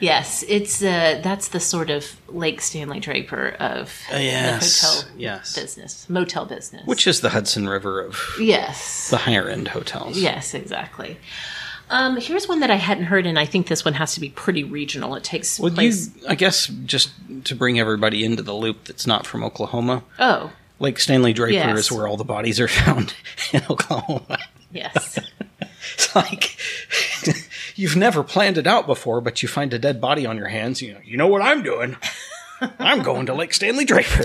Speaker 2: Yes, it's uh, that's the sort of Lake Stanley Draper of
Speaker 1: Uh, yes,
Speaker 2: the hotel
Speaker 1: yes.
Speaker 2: business, motel business.
Speaker 1: Which is the Hudson River of
Speaker 2: yes,
Speaker 1: the higher end hotels.
Speaker 2: yes, exactly. Um, here's one that I hadn't heard, and I think this one has to be pretty regional. It takes
Speaker 1: Well, you,
Speaker 2: place.
Speaker 1: I guess, just to bring everybody into the loop that's not from Oklahoma,
Speaker 2: oh,
Speaker 1: Lake Stanley Draper
Speaker 2: Yes.
Speaker 1: is where all the bodies are found in Oklahoma.
Speaker 2: yes,
Speaker 1: It's like you've never planned it out before, but you find a dead body on your hands. You know, you know what I'm doing. I'm going to Lake Stanley Draper.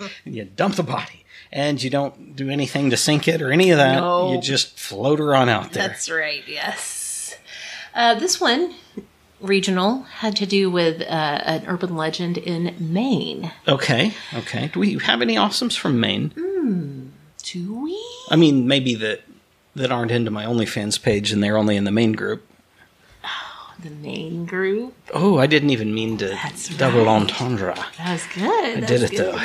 Speaker 1: and you dump the body, and you don't do anything to sink it or any of that.
Speaker 2: No.
Speaker 1: You just float her on out there.
Speaker 2: that's right. Yes, uh, this one regional had to do with uh, an urban legend in Maine.
Speaker 1: okay, okay. Do we have any awesomes from Maine? Uh,
Speaker 2: Do we?
Speaker 1: I mean, maybe that that aren't into my OnlyFans page, and they're only in the main group.
Speaker 2: The Maine group.
Speaker 1: Oh, I didn't even mean to double entendre.
Speaker 2: That was good.
Speaker 1: I
Speaker 2: That
Speaker 1: did
Speaker 2: was
Speaker 1: it
Speaker 2: good.
Speaker 1: though.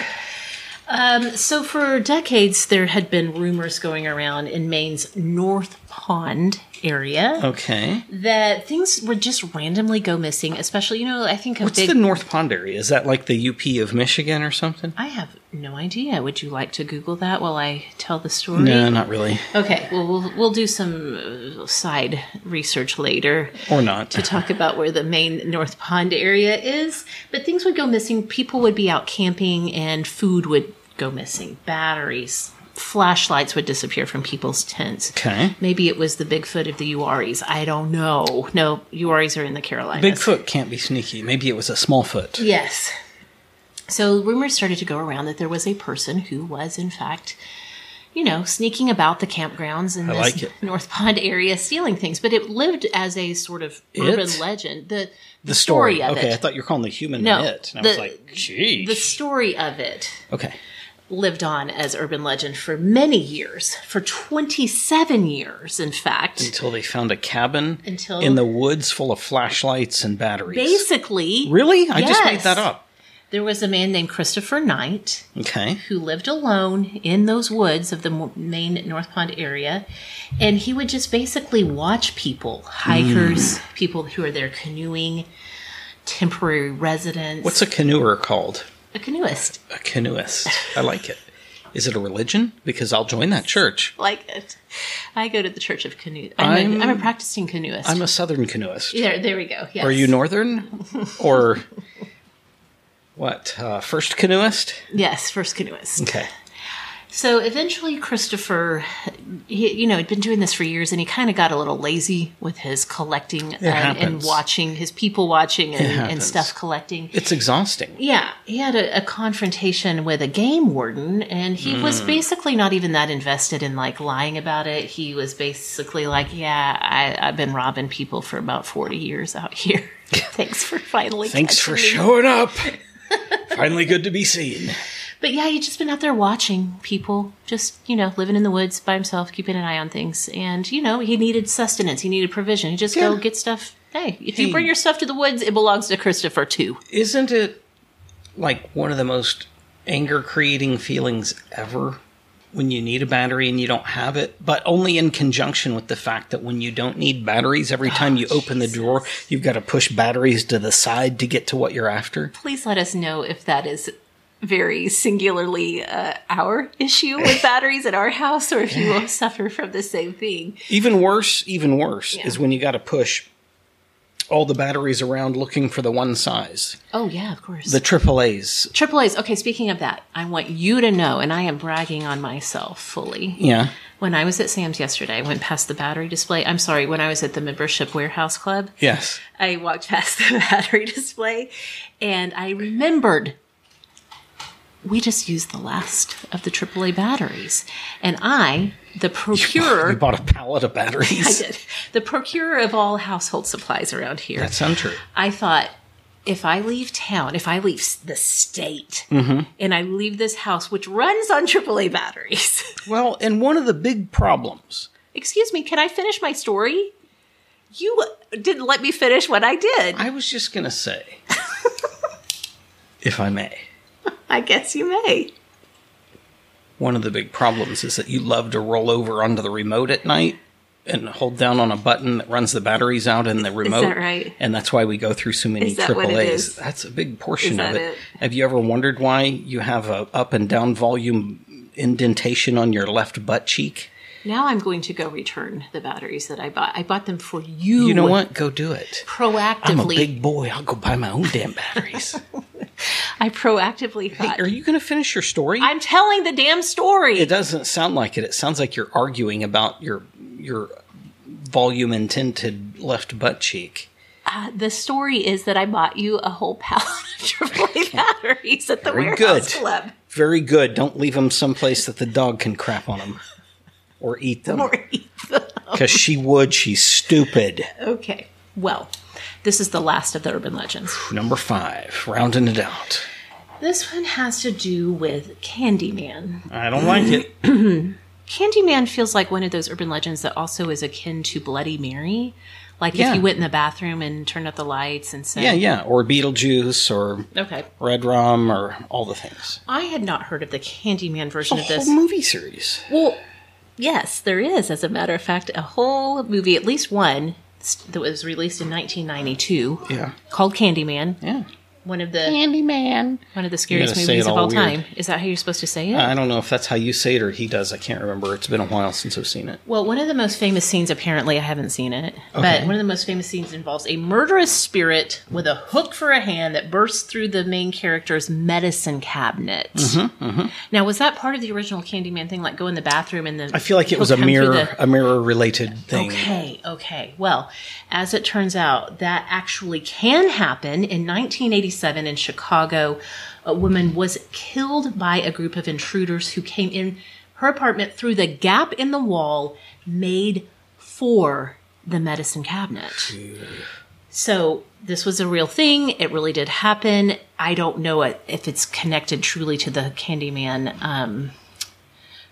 Speaker 2: Um, So, for decades, there had been rumors going around in Maine's North Pond area
Speaker 1: Oh. Okay.
Speaker 2: that things would just randomly go missing, especially, you know, I think a
Speaker 1: What's
Speaker 2: big.
Speaker 1: the North Pond area? Is that like the UP of Michigan or something?
Speaker 2: I have no idea. Would you like to Google that while I tell the story?
Speaker 1: No, not really.
Speaker 2: Okay, well, we'll, we'll do some uh, side research later.
Speaker 1: Or not.
Speaker 2: to talk about where the main North Pond area is, but things would go missing. People would be out camping and food would go missing. Batteries, flashlights would disappear from people's tents.
Speaker 1: Okay.
Speaker 2: Maybe it was the Bigfoot of the Uaris. I don't know. No, Uaris are in the Carolinas.
Speaker 1: Bigfoot can't be sneaky. Maybe it was a Smallfoot.
Speaker 2: Yes. So rumors started to go around that there was a person who was, in fact, you know, sneaking about the campgrounds in
Speaker 1: I
Speaker 2: this
Speaker 1: like it.
Speaker 2: North Pond area, stealing things. But it lived as a sort of urban
Speaker 1: It?
Speaker 2: legend. The
Speaker 1: The story.
Speaker 2: of
Speaker 1: okay,
Speaker 2: it.
Speaker 1: I thought you were calling the human
Speaker 2: No,
Speaker 1: it. And I
Speaker 2: the-
Speaker 1: was like, geez.
Speaker 2: the story of it
Speaker 1: okay.
Speaker 2: lived on as urban legend for many years, for 27 years, in fact.
Speaker 1: Until they found a cabin
Speaker 2: Until-
Speaker 1: in the woods full of flashlights and batteries.
Speaker 2: Basically,
Speaker 1: Really? I just made
Speaker 2: Yes.
Speaker 1: that up.
Speaker 2: there was a man named Christopher Knight
Speaker 1: Okay.
Speaker 2: who lived alone in those woods of the mo- main North Pond area, and he would just basically watch people, hikers,
Speaker 1: Hmm.
Speaker 2: people who are there canoeing, temporary residents.
Speaker 1: What's a canoer called?
Speaker 2: a canoeist?
Speaker 1: A canoeist. I like it. Is it a religion? Because I'll join that church.
Speaker 2: Like it. I go to the Church of Canoe. I'm,
Speaker 1: I'm-
Speaker 2: a, I'm a practicing canoeist.
Speaker 1: I'm a southern canoeist.
Speaker 2: there, there we go. Yes.
Speaker 1: Are you northern? Or what? Uh, first canoeist?
Speaker 2: Yes, first canoeist.
Speaker 1: Okay.
Speaker 2: So eventually, Christopher, he, you know, had been doing this for years, and he kind of got a little lazy with his collecting and, and
Speaker 1: happens.
Speaker 2: watching his people watching and, and
Speaker 1: happens.
Speaker 2: stuff collecting.
Speaker 1: It's exhausting.
Speaker 2: Yeah, he had a, a confrontation with a game warden, and he was
Speaker 1: Hmm.
Speaker 2: basically not even that invested in like lying about it. He was basically like, "Yeah, I, I've been robbing people for about forty years out here. Thanks for finally.
Speaker 1: Thanks for
Speaker 2: catching me."
Speaker 1: showing up. Finally, good to be seen.
Speaker 2: But yeah, he'd just been out there watching people, just, you know, living in the woods by himself, keeping an eye on things. And, you know, he needed sustenance, he needed provision. He just go
Speaker 1: Yeah.
Speaker 2: get stuff. Hey, if
Speaker 1: Hey.
Speaker 2: you bring your stuff to the woods, it belongs to Christopher too.
Speaker 1: Isn't it like one of the most anger creating feelings ever when you need a battery and you don't have it? But only in conjunction with the fact that when you don't need batteries, every time
Speaker 2: Ah,
Speaker 1: you open the drawer, you've got to push batteries to the side to get to what you're after.
Speaker 2: Please let us know if that is very singularly uh, our issue with batteries at our house or if you will suffer from the same thing.
Speaker 1: Even worse, even worse
Speaker 2: Yeah.
Speaker 1: is when you got to push all the batteries around looking for the one size.
Speaker 2: Oh, yeah, of course.
Speaker 1: The triple A's.
Speaker 2: Triple A's. Okay, speaking of that, I want you to know, and I am bragging on myself fully.
Speaker 1: Yeah.
Speaker 2: When I was at Sam's yesterday, I went past the battery display. I'm sorry, when I was at the membership warehouse club,
Speaker 1: Yes.
Speaker 2: I walked past the battery display and I remembered we just used the last of the AAA batteries. And I, the
Speaker 1: You
Speaker 2: procurer,
Speaker 1: bought a pallet of
Speaker 2: I
Speaker 1: batteries.
Speaker 2: did, the procurer of all household supplies around here.
Speaker 1: That's untrue.
Speaker 2: I thought, if I leave town, if I leave s- the state,
Speaker 1: Mm-hmm.
Speaker 2: and I leave this house, which runs on AAA batteries,
Speaker 1: Well, and one of the big problems.
Speaker 2: excuse me, can I finish my story? You didn't let me finish what I did.
Speaker 1: I was just going to say, if I may,
Speaker 2: I guess you may.
Speaker 1: one of the big problems is that you love to roll over onto the remote at night and hold down on a button that runs the batteries out in the remote.
Speaker 2: right?
Speaker 1: And that's why we go through so many
Speaker 2: Is that what
Speaker 1: triple
Speaker 2: it
Speaker 1: A's.
Speaker 2: is?
Speaker 1: That's a big portion
Speaker 2: Is
Speaker 1: of
Speaker 2: that
Speaker 1: it.
Speaker 2: it?
Speaker 1: Have you ever wondered why you have a up and down volume indentation on your left butt cheek?
Speaker 2: Now I'm going to go return the batteries that I bought. I bought them for you.
Speaker 1: You know what? Go do it.
Speaker 2: Proactively,
Speaker 1: I'm a big boy. I'll go buy my own damn batteries.
Speaker 2: I proactively
Speaker 1: hey,
Speaker 2: thought.
Speaker 1: are you going to finish your story?
Speaker 2: I'm telling the damn story.
Speaker 1: it doesn't sound like it. It sounds like you're arguing about your your volume indented left butt cheek.
Speaker 2: the story is that I bought you a whole pallet of AAA batteries at the
Speaker 1: Very
Speaker 2: warehouse
Speaker 1: good.
Speaker 2: club.
Speaker 1: Very good. Don't leave them someplace that the dog can crap on them or eat them. Because she would. She's stupid.
Speaker 2: Okay. Well, this is the last of the urban legends.
Speaker 1: Number five, rounding it out.
Speaker 2: This one has to do with Candyman.
Speaker 1: I don't like it.
Speaker 2: Candyman feels like one of those urban legends that also is akin to Bloody Mary. Like
Speaker 1: Yeah.
Speaker 2: if you went in the bathroom and turned up the lights and said,
Speaker 1: Yeah, yeah. Or Beetlejuice or
Speaker 2: Okay.
Speaker 1: Red Rum or all the things.
Speaker 2: I had not heard of the Candyman version of this.
Speaker 1: Whole movie series.
Speaker 2: Well, yes, there is, as a matter of fact, a whole movie, at least one, s- that was released in 1992.
Speaker 1: Yeah.
Speaker 2: Called Candyman.
Speaker 1: Yeah.
Speaker 2: One of the Candyman. One of the scariest
Speaker 1: gotta say
Speaker 2: movies
Speaker 1: it
Speaker 2: of
Speaker 1: all
Speaker 2: all
Speaker 1: weird. Uh,
Speaker 2: time. Is that how you're supposed to say it?
Speaker 1: I don't know if that's how you say it or he does. I can't remember. It's been a while since I've seen it.
Speaker 2: Well, one of the most famous scenes, apparently, I haven't seen it, but one of the most famous scenes involves a murderous spirit with a hook for a hand that bursts through the main character's medicine cabinet.
Speaker 1: Mm-hmm,
Speaker 2: Now, was that part of the original Candyman thing? Like go in the bathroom and then
Speaker 1: I feel like it was a mirror, a mirror related thing.
Speaker 2: Okay, okay. Well, as it turns out, that actually can happen. In 1987 in Chicago, a woman was killed by a group of intruders who came in her apartment through the gap in the wall made for the medicine cabinet. So, this was a real thing. It really did happen. I don't know it- if it's connected truly to the Candyman um,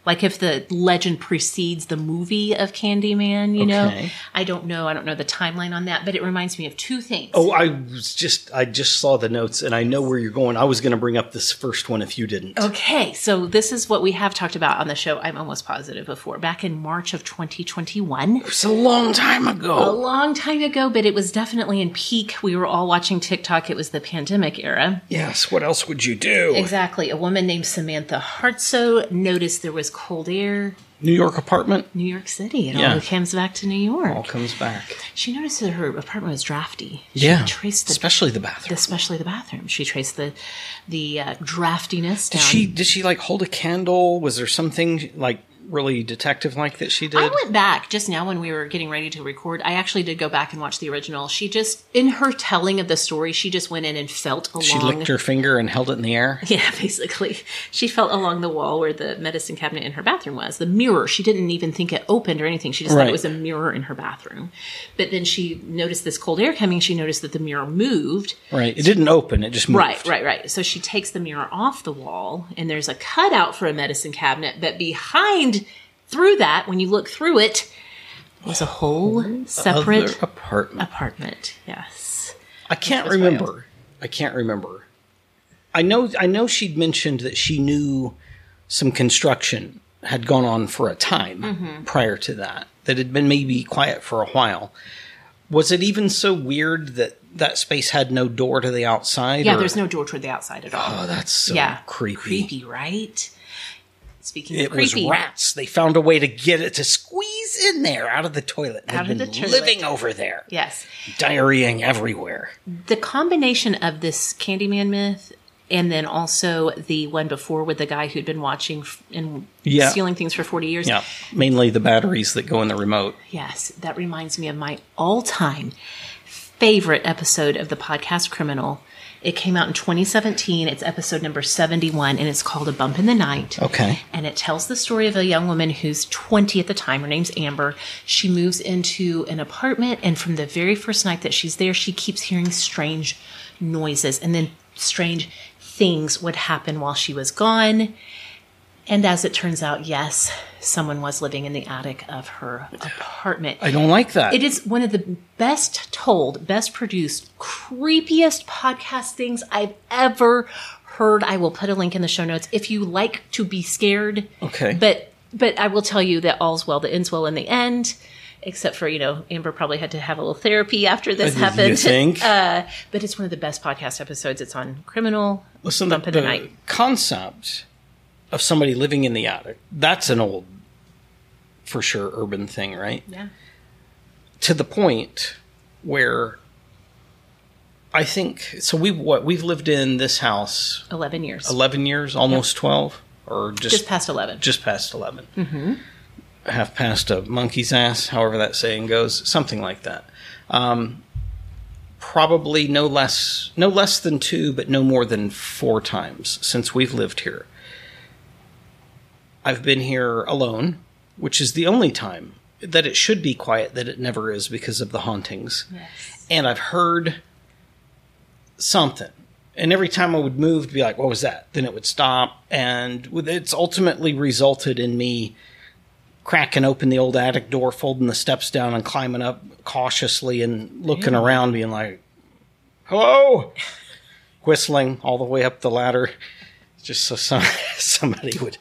Speaker 2: like if the legend precedes the movie of Candyman, you know.
Speaker 1: Okay.
Speaker 2: I don't know. I don't know the timeline on that, but it reminds me of two things.
Speaker 1: Oh, I was just I just saw the notes and I know where you're going. I was going to bring up this first one if you didn't.
Speaker 2: Okay, so this is what we have talked about on the show. I'm almost positive before back in March of 2021.
Speaker 1: It's a long time
Speaker 2: A
Speaker 1: ago.
Speaker 2: long time ago, but it was definitely in peak. We were all watching TikTok. It was the pandemic era.
Speaker 1: Yes, what else would you do?
Speaker 2: Exactly. A woman named Samantha Hartso noticed there was cold air,
Speaker 1: New York apartment
Speaker 2: New York City. It
Speaker 1: Yeah.
Speaker 2: all comes back to New York.
Speaker 1: all comes back.
Speaker 2: She noticed that her apartment was drafty.
Speaker 1: Yeah.
Speaker 2: She traced the
Speaker 1: Especially the bathroom.
Speaker 2: especially the bathroom. She traced the the uh, draftiness down.
Speaker 1: Did she did she like hold a candle? Was there something like really detective like that she did?
Speaker 2: I went back just now when we were getting ready to record. I actually did go back and watch the original. She just, in her telling of the story, she just went in and felt along.
Speaker 1: she licked her finger and held it in the air.
Speaker 2: Yeah, basically. She felt along the wall where the medicine cabinet in her bathroom was. The mirror, she didn't even think it opened or anything. She just thought
Speaker 1: Right.
Speaker 2: it was a mirror in her bathroom. But then she noticed this cold air coming. She noticed that the mirror moved.
Speaker 1: Right. It didn't open. It just moved.
Speaker 2: Right, right, right. So she takes the mirror off the wall, and there's a cutout for a medicine cabinet. But behind, through that, when you look through it, was a whole
Speaker 1: Other
Speaker 2: separate
Speaker 1: apartment.
Speaker 2: apartment. Yes.
Speaker 1: I can't remember. I can't remember. I know. I know she'd mentioned that she knew some construction had gone on for a time
Speaker 2: Mm-hmm.
Speaker 1: prior to that. That had been maybe quiet for a while. Was it even so weird that that space had no door to the outside?
Speaker 2: Yeah,
Speaker 1: or-
Speaker 2: there's no door toward the outside at all.
Speaker 1: Oh, that's so
Speaker 2: yeah,
Speaker 1: creepy.
Speaker 2: Creepy, right? Speaking
Speaker 1: It
Speaker 2: of creepy,
Speaker 1: was rats. They found a way to get it to squeeze in there out of the toilet. They've
Speaker 2: Out
Speaker 1: been
Speaker 2: of the toilet.
Speaker 1: living over there,
Speaker 2: Yes.
Speaker 1: diarrheaing everywhere.
Speaker 2: The combination of this Candyman myth and then also the one before with the guy who'd been watching f- and
Speaker 1: Yeah.
Speaker 2: stealing things for 40 years.
Speaker 1: Yeah, mainly the batteries that go in the remote.
Speaker 2: Yes, that reminds me of my all time favorite episode of the podcast Criminal. It came out in 2017. It's episode number 71, and it's called A Bump in the Night.
Speaker 1: Okay.
Speaker 2: And it tells the story of a young woman who's 20 at the time. Her name's Amber. She moves into an apartment, and from the very first night that she's there, she keeps hearing strange noises, and then strange things would happen while she was gone. And as it turns out, yes, someone was living in the attic of her apartment.
Speaker 1: I don't like that.
Speaker 2: It is one of the best told, best produced, creepiest podcast things I've ever heard. I will put a link in the show notes if you like to be scared.
Speaker 1: Okay.
Speaker 2: But but I will tell you that all's well that ends well in the end. except for you know Amber probably had to have a little therapy after this
Speaker 1: You
Speaker 2: happened.
Speaker 1: think?
Speaker 2: Uh, but it's one of the best podcast episodes. It's on criminal.
Speaker 1: Listen,
Speaker 2: bump
Speaker 1: the,
Speaker 2: of the
Speaker 1: the
Speaker 2: night.
Speaker 1: concept of somebody living in the attic, that's an old, for sure, urban thing, right?
Speaker 2: Yeah.
Speaker 1: To the point where I think, so we what, we've lived in this house
Speaker 2: Eleven years,
Speaker 1: 11 years, almost 12, or just,
Speaker 2: just past eleven.
Speaker 1: just past 11. Mm-hmm. Half past a monkey's ass, however that saying goes, something like that. Um, probably no less, no less than two, but no more than four times since we've lived here. I've been here alone, which is the only time that it should be quiet that it never is because of the hauntings. And I've heard something. And every time I would move to be like, what was that? Then it would stop. And with- it's ultimately resulted in me cracking open the old attic door, folding the steps down, and climbing up cautiously and looking around, being like, hello? Whistling all the way up the ladder just so some, somebody would.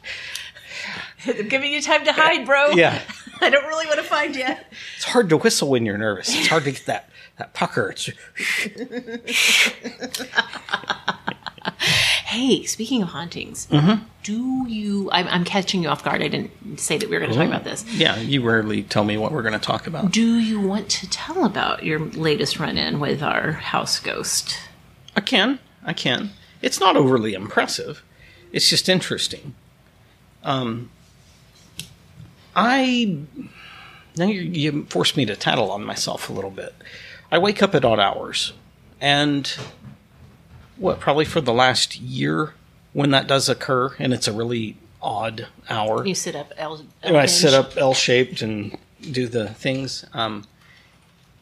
Speaker 2: I'm giving you time to hide, bro.
Speaker 1: Yeah.
Speaker 2: I don't really want to find you.
Speaker 1: It's hard to whistle when you're nervous. It's hard to get that, that pucker. It's,
Speaker 2: Hey, speaking of hauntings, do you? I'm, I'm catching you off guard. I didn't say that we were going to
Speaker 1: Mm-hmm.
Speaker 2: talk about this.
Speaker 1: yeah, you rarely tell me what we're going to talk about.
Speaker 2: Do you want to tell about your latest run in with our house ghost?
Speaker 1: I can. I can. It's not overly impressive. It's just interesting. Um, I now you, you forced me to tattle on myself a little bit. I wake up at odd hours, and what probably for the last year when that does occur, and it's a really odd hour.
Speaker 2: You sit up. L-
Speaker 1: when I sit up L shaped and do the things. Um,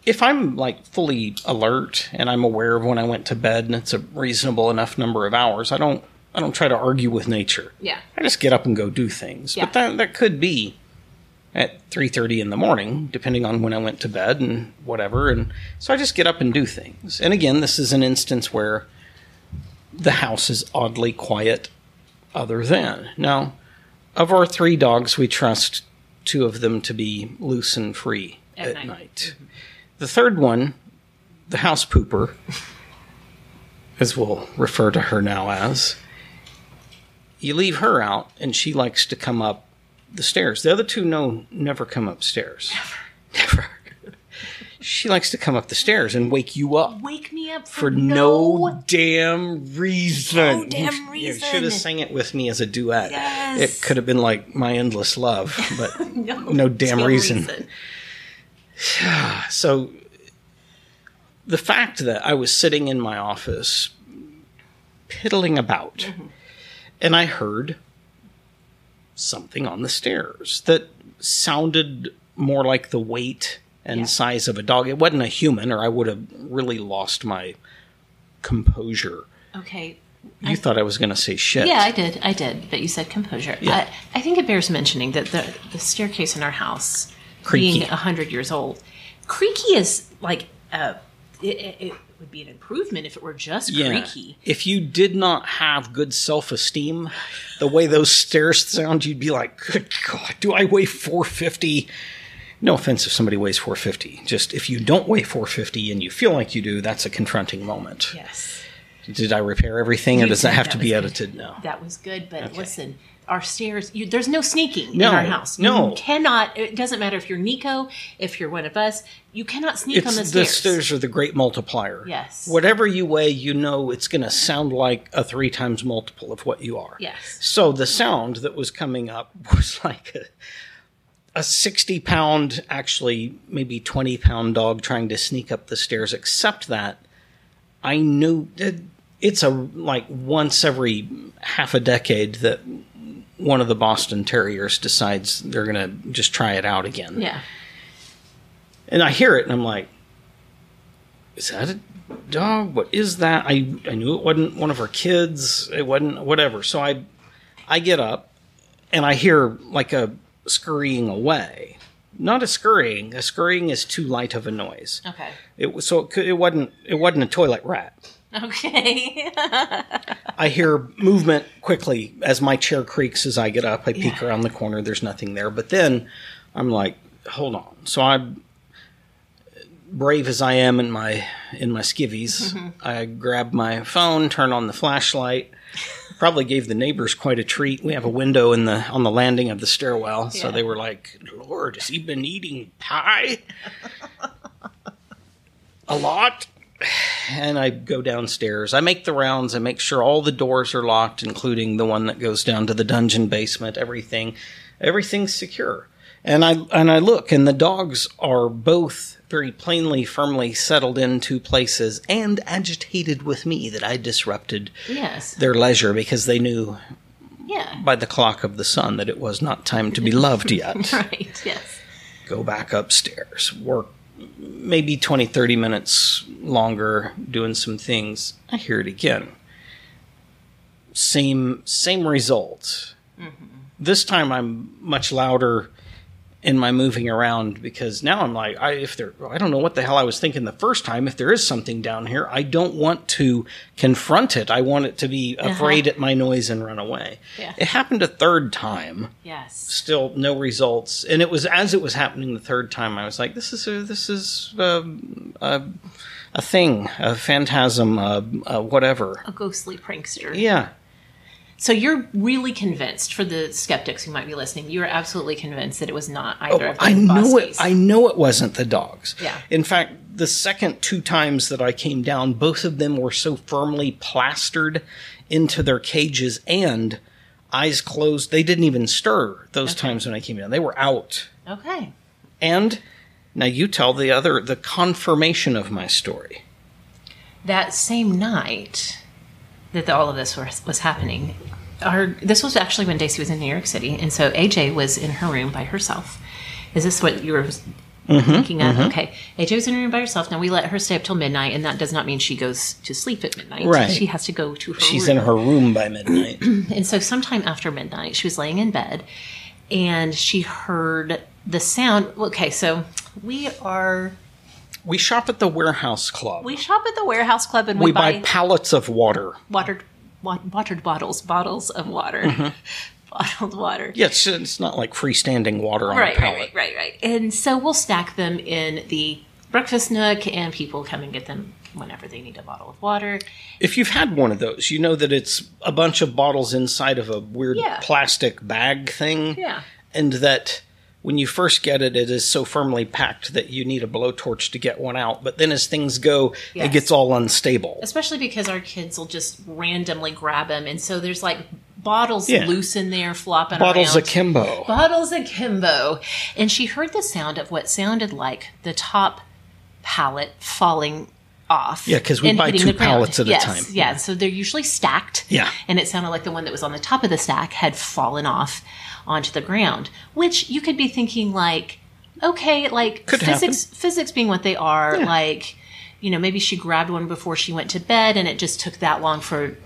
Speaker 1: if I'm like fully alert and I'm aware of when I went to bed and it's a reasonable enough number of hours, I don't I don't try to argue with nature.
Speaker 2: Yeah.
Speaker 1: I just get up and go do things.
Speaker 2: Yeah.
Speaker 1: But that that could be at three thirty in the morning, depending on when I went to bed and whatever. And so I just get up and do things. And again, this is an instance where the house is oddly quiet other than. Now, of our three dogs, we trust two of them to be loose and free at,
Speaker 2: night.
Speaker 1: night. The third one, the house pooper, as we'll refer to her now as, you leave her out and she likes to come up the stairs. The other two no never come upstairs. Never. Never. she likes to come up the stairs and wake you up
Speaker 2: Wake me up for,
Speaker 1: for no, damn reason.
Speaker 2: No damn
Speaker 1: You- You
Speaker 2: reason.
Speaker 1: should have sang it with me as a duet.
Speaker 2: Yes.
Speaker 1: It could have been like My Endless Love, but no, damn, reason. So the fact that I was sitting in my office piddling about and I heard something on the stairs that sounded more like the weight and size of a dog. It wasn't a human, or I would have really lost my composure.
Speaker 2: Okay.
Speaker 1: You thought I was going to say shit.
Speaker 2: Yeah, I did. I did. But you said composure.
Speaker 1: Yeah.
Speaker 2: I, I think it bears mentioning that the, the staircase in our house,
Speaker 1: Creaky.
Speaker 2: being 100 years old, creaky is like, uh, it, it, it would be an improvement if it were just creaky.
Speaker 1: If you did not have good self esteem, the way those stairs sound, you'd be like, good God, do I weigh 450? No offense if somebody weighs 450. Just if you don't weigh 450 and you feel like you do, that's a confronting moment.
Speaker 2: Yes.
Speaker 1: Did I repair everything or
Speaker 2: You
Speaker 1: does that
Speaker 2: did.
Speaker 1: have
Speaker 2: That
Speaker 1: to
Speaker 2: was
Speaker 1: be
Speaker 2: good.
Speaker 1: edited? No.
Speaker 2: That was good, but listen, our stairs, you, there's no sneaking
Speaker 1: No,
Speaker 2: in our house.
Speaker 1: no.
Speaker 2: You cannot, it doesn't matter if you're Nico, if you're one of us, you cannot sneak on
Speaker 1: It's
Speaker 2: the
Speaker 1: the
Speaker 2: stairs.
Speaker 1: stairs are the great multiplier.
Speaker 2: Yes.
Speaker 1: Whatever you weigh, you know it's going to sound like a three times multiple of what you are.
Speaker 2: Yes.
Speaker 1: So the sound that was coming up was like a, a 60 pound, actually maybe 20 pound dog trying to sneak up the stairs, except that I knew it, it's a like once every half a decade that one of the Boston Terriers decides they're going to just try it out again.
Speaker 2: Yeah.
Speaker 1: And I hear it and I'm like, is that a dog? What is that? I, I knew it wasn't one of her kids. It wasn't whatever. So I I get up and I hear like a scurrying away. Not a scurrying. A scurrying is too light of a noise.
Speaker 2: Okay.
Speaker 1: It was so it, could, it wasn't it wasn't a toilet rat.
Speaker 2: Okay.
Speaker 1: I hear movement quickly as my chair creaks as I get up. I peek around the corner. There's nothing there. But then I'm like, hold on. So I, brave as I am in my in my skivvies, I grabbed my phone, turned on the flashlight. Probably gave the neighbors quite a treat. We have a window in the on the landing of the stairwell, so
Speaker 2: Yeah.
Speaker 1: they were like, "Lord, has he been eating pie a lot?" And I go downstairs. I make the rounds. I make sure all the doors are locked, including the one that goes down to the dungeon basement. Everything, everything's secure. And I and I look, and the dogs are both very plainly, firmly settled into places and agitated with me that I disrupted
Speaker 2: Yes.
Speaker 1: their leisure because they knew
Speaker 2: yeah.
Speaker 1: by the clock of the sun that it was not time to be loved yet.
Speaker 2: Right. Yes.
Speaker 1: Go back upstairs, work maybe 20, 30 minutes longer doing some things. I hear it again. Same same result. This time I'm much louder in my moving around because now I'm like, I, if there, I don't know what the hell I was thinking the first time. If there is something down here, I don't want to confront it. I want it to be afraid at my noise and run away.
Speaker 2: Yeah.
Speaker 1: It happened a third time
Speaker 2: Yes.
Speaker 1: still no results and it was as it was happening the third time i was like this is a, this is um, a, a thing a phantasm a, a whatever
Speaker 2: A ghostly prankster.
Speaker 1: yeah
Speaker 2: So you're really convinced for the skeptics who might be listening, you're absolutely convinced that it was not either of the
Speaker 1: Oh, i know it
Speaker 2: Boskies.
Speaker 1: i know it wasn't the dogs
Speaker 2: Yeah.
Speaker 1: in fact the second two times that i came down both of them were so firmly plastered into their cages and eyes closed they didn't even stir those times when i came down they were out
Speaker 2: Okay.
Speaker 1: and now you tell the other the confirmation of my story
Speaker 2: that same night that the- all of this was, was happening, our, this was actually when Daisy was in New York City, and so AJ was in her room by herself. Is this what you were
Speaker 1: Mm-hmm,
Speaker 2: thinking of? Okay, AJ was in her room by herself. Now we let her stay up till midnight, and that does not mean she goes to sleep at midnight.
Speaker 1: Right.
Speaker 2: she has to go to her.
Speaker 1: She's
Speaker 2: room.
Speaker 1: in her room by midnight.
Speaker 2: And so, sometime after midnight, she was laying in bed and she heard the sound. Okay, so we are.
Speaker 1: we shop at the warehouse club.
Speaker 2: We shop at the warehouse club and we,
Speaker 1: We buy pallets of water.
Speaker 2: watered wa- watered bottles, bottles of water, bottled water.
Speaker 1: Mm-hmm. Yeah, it's, it's not like freestanding water on
Speaker 2: right,
Speaker 1: a pallet.
Speaker 2: right, right, right, right. And so we'll stack them in the breakfast nook, and people come and get them whenever they need a bottle of water.
Speaker 1: If you've had one of those, you know that it's a bunch of bottles inside of a weird
Speaker 2: Yeah.
Speaker 1: plastic bag thing.
Speaker 2: Yeah.
Speaker 1: And that when you first get it, it is so firmly packed that you need a blowtorch to get one out. But then as things go, it
Speaker 2: Yes.
Speaker 1: gets all unstable.
Speaker 2: Especially because our kids will just randomly grab them, and so there's like bottles
Speaker 1: Yeah.
Speaker 2: loose in there, flopping
Speaker 1: Bottles
Speaker 2: around.
Speaker 1: akimbo.
Speaker 2: bottles akimbo. And she heard the sound of what sounded like the top pallet falling off.
Speaker 1: Yeah, 'cause we
Speaker 2: and
Speaker 1: buy
Speaker 2: hitting
Speaker 1: two
Speaker 2: the ground.
Speaker 1: pallets at a
Speaker 2: Yes,
Speaker 1: time.
Speaker 2: Yeah, so they're usually stacked.
Speaker 1: Yeah.
Speaker 2: And it sounded like the one that was on the top of the stack had fallen off onto the ground, which you could be thinking, like, okay, like
Speaker 1: Could
Speaker 2: physics, physics being what they are, like, you know, maybe she grabbed one before she went to bed and it just took that long for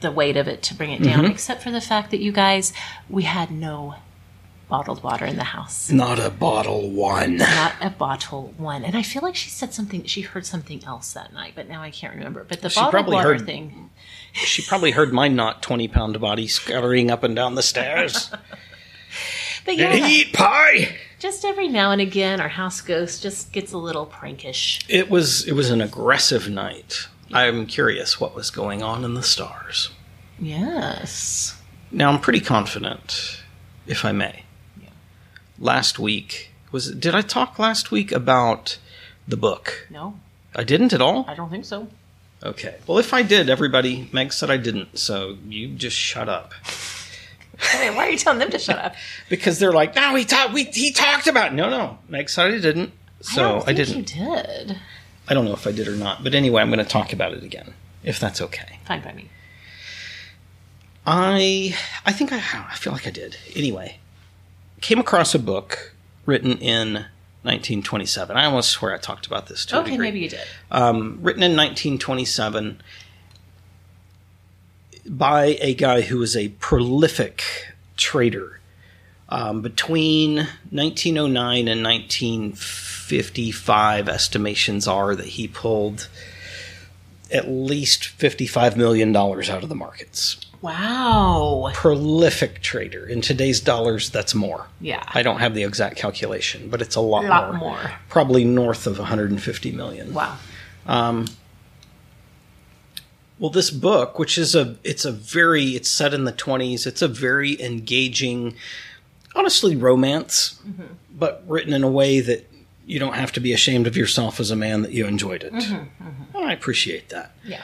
Speaker 2: the weight of it to bring it
Speaker 1: Mm-hmm.
Speaker 2: down, except for the fact that you guys, we had no bottled water in the house,
Speaker 1: Not a bottle one.
Speaker 2: not a bottle one. And I feel like she said something, she heard something else that night, but now I can't remember. But the bottled
Speaker 1: probably
Speaker 2: water
Speaker 1: heard-
Speaker 2: thing,
Speaker 1: She probably heard my not 20 pound body scuttering up and down the stairs.
Speaker 2: but yeah,
Speaker 1: Eat pie!
Speaker 2: just every now and again, our house ghost just gets a little prankish.
Speaker 1: It was it was an aggressive night. I'm curious what was going on in the stars.
Speaker 2: Yes.
Speaker 1: Now I'm pretty confident, if I may. Last week was did I talk last week about the book?
Speaker 2: No,
Speaker 1: I didn't at all.
Speaker 2: I don't think so.
Speaker 1: Okay. Well, if I did, everybody Meg said I didn't, so you just shut up
Speaker 2: I mean, why are you telling them to shut up?
Speaker 1: because they're like, no, he talked. We he talked about. it." No, no, Meg said I didn't, so
Speaker 2: I, don't think
Speaker 1: didn't.
Speaker 2: You did.
Speaker 1: I don't know if I did or not, but anyway, I'm going to talk about it again if that's okay.
Speaker 2: Fine by me.
Speaker 1: I I think I I don't know, I feel like I did. Anyway, came across a book written in 1927. I almost swear I talked about this too.
Speaker 2: Okay, maybe you did.
Speaker 1: Um, written in 1927 by a guy who was a prolific trader. Um, between 1909 and 1955, estimations are that he pulled at least $55 million out of the markets.
Speaker 2: Wow.
Speaker 1: prolific trader. In today's dollars, that's more.
Speaker 2: Yeah.
Speaker 1: I don't have the exact calculation, but it's a lot,
Speaker 2: Lot
Speaker 1: more.
Speaker 2: more.
Speaker 1: Probably north of 150 million. Um,
Speaker 2: Wow.
Speaker 1: Well, this book, which is a, it's a very, it's set in the 20s. It's a very engaging, honestly, romance,
Speaker 2: Mm-hmm.
Speaker 1: but written in a way that you don't have to be ashamed of yourself as a man that you enjoyed it.
Speaker 2: Mm-hmm.
Speaker 1: And I appreciate that.
Speaker 2: Yeah.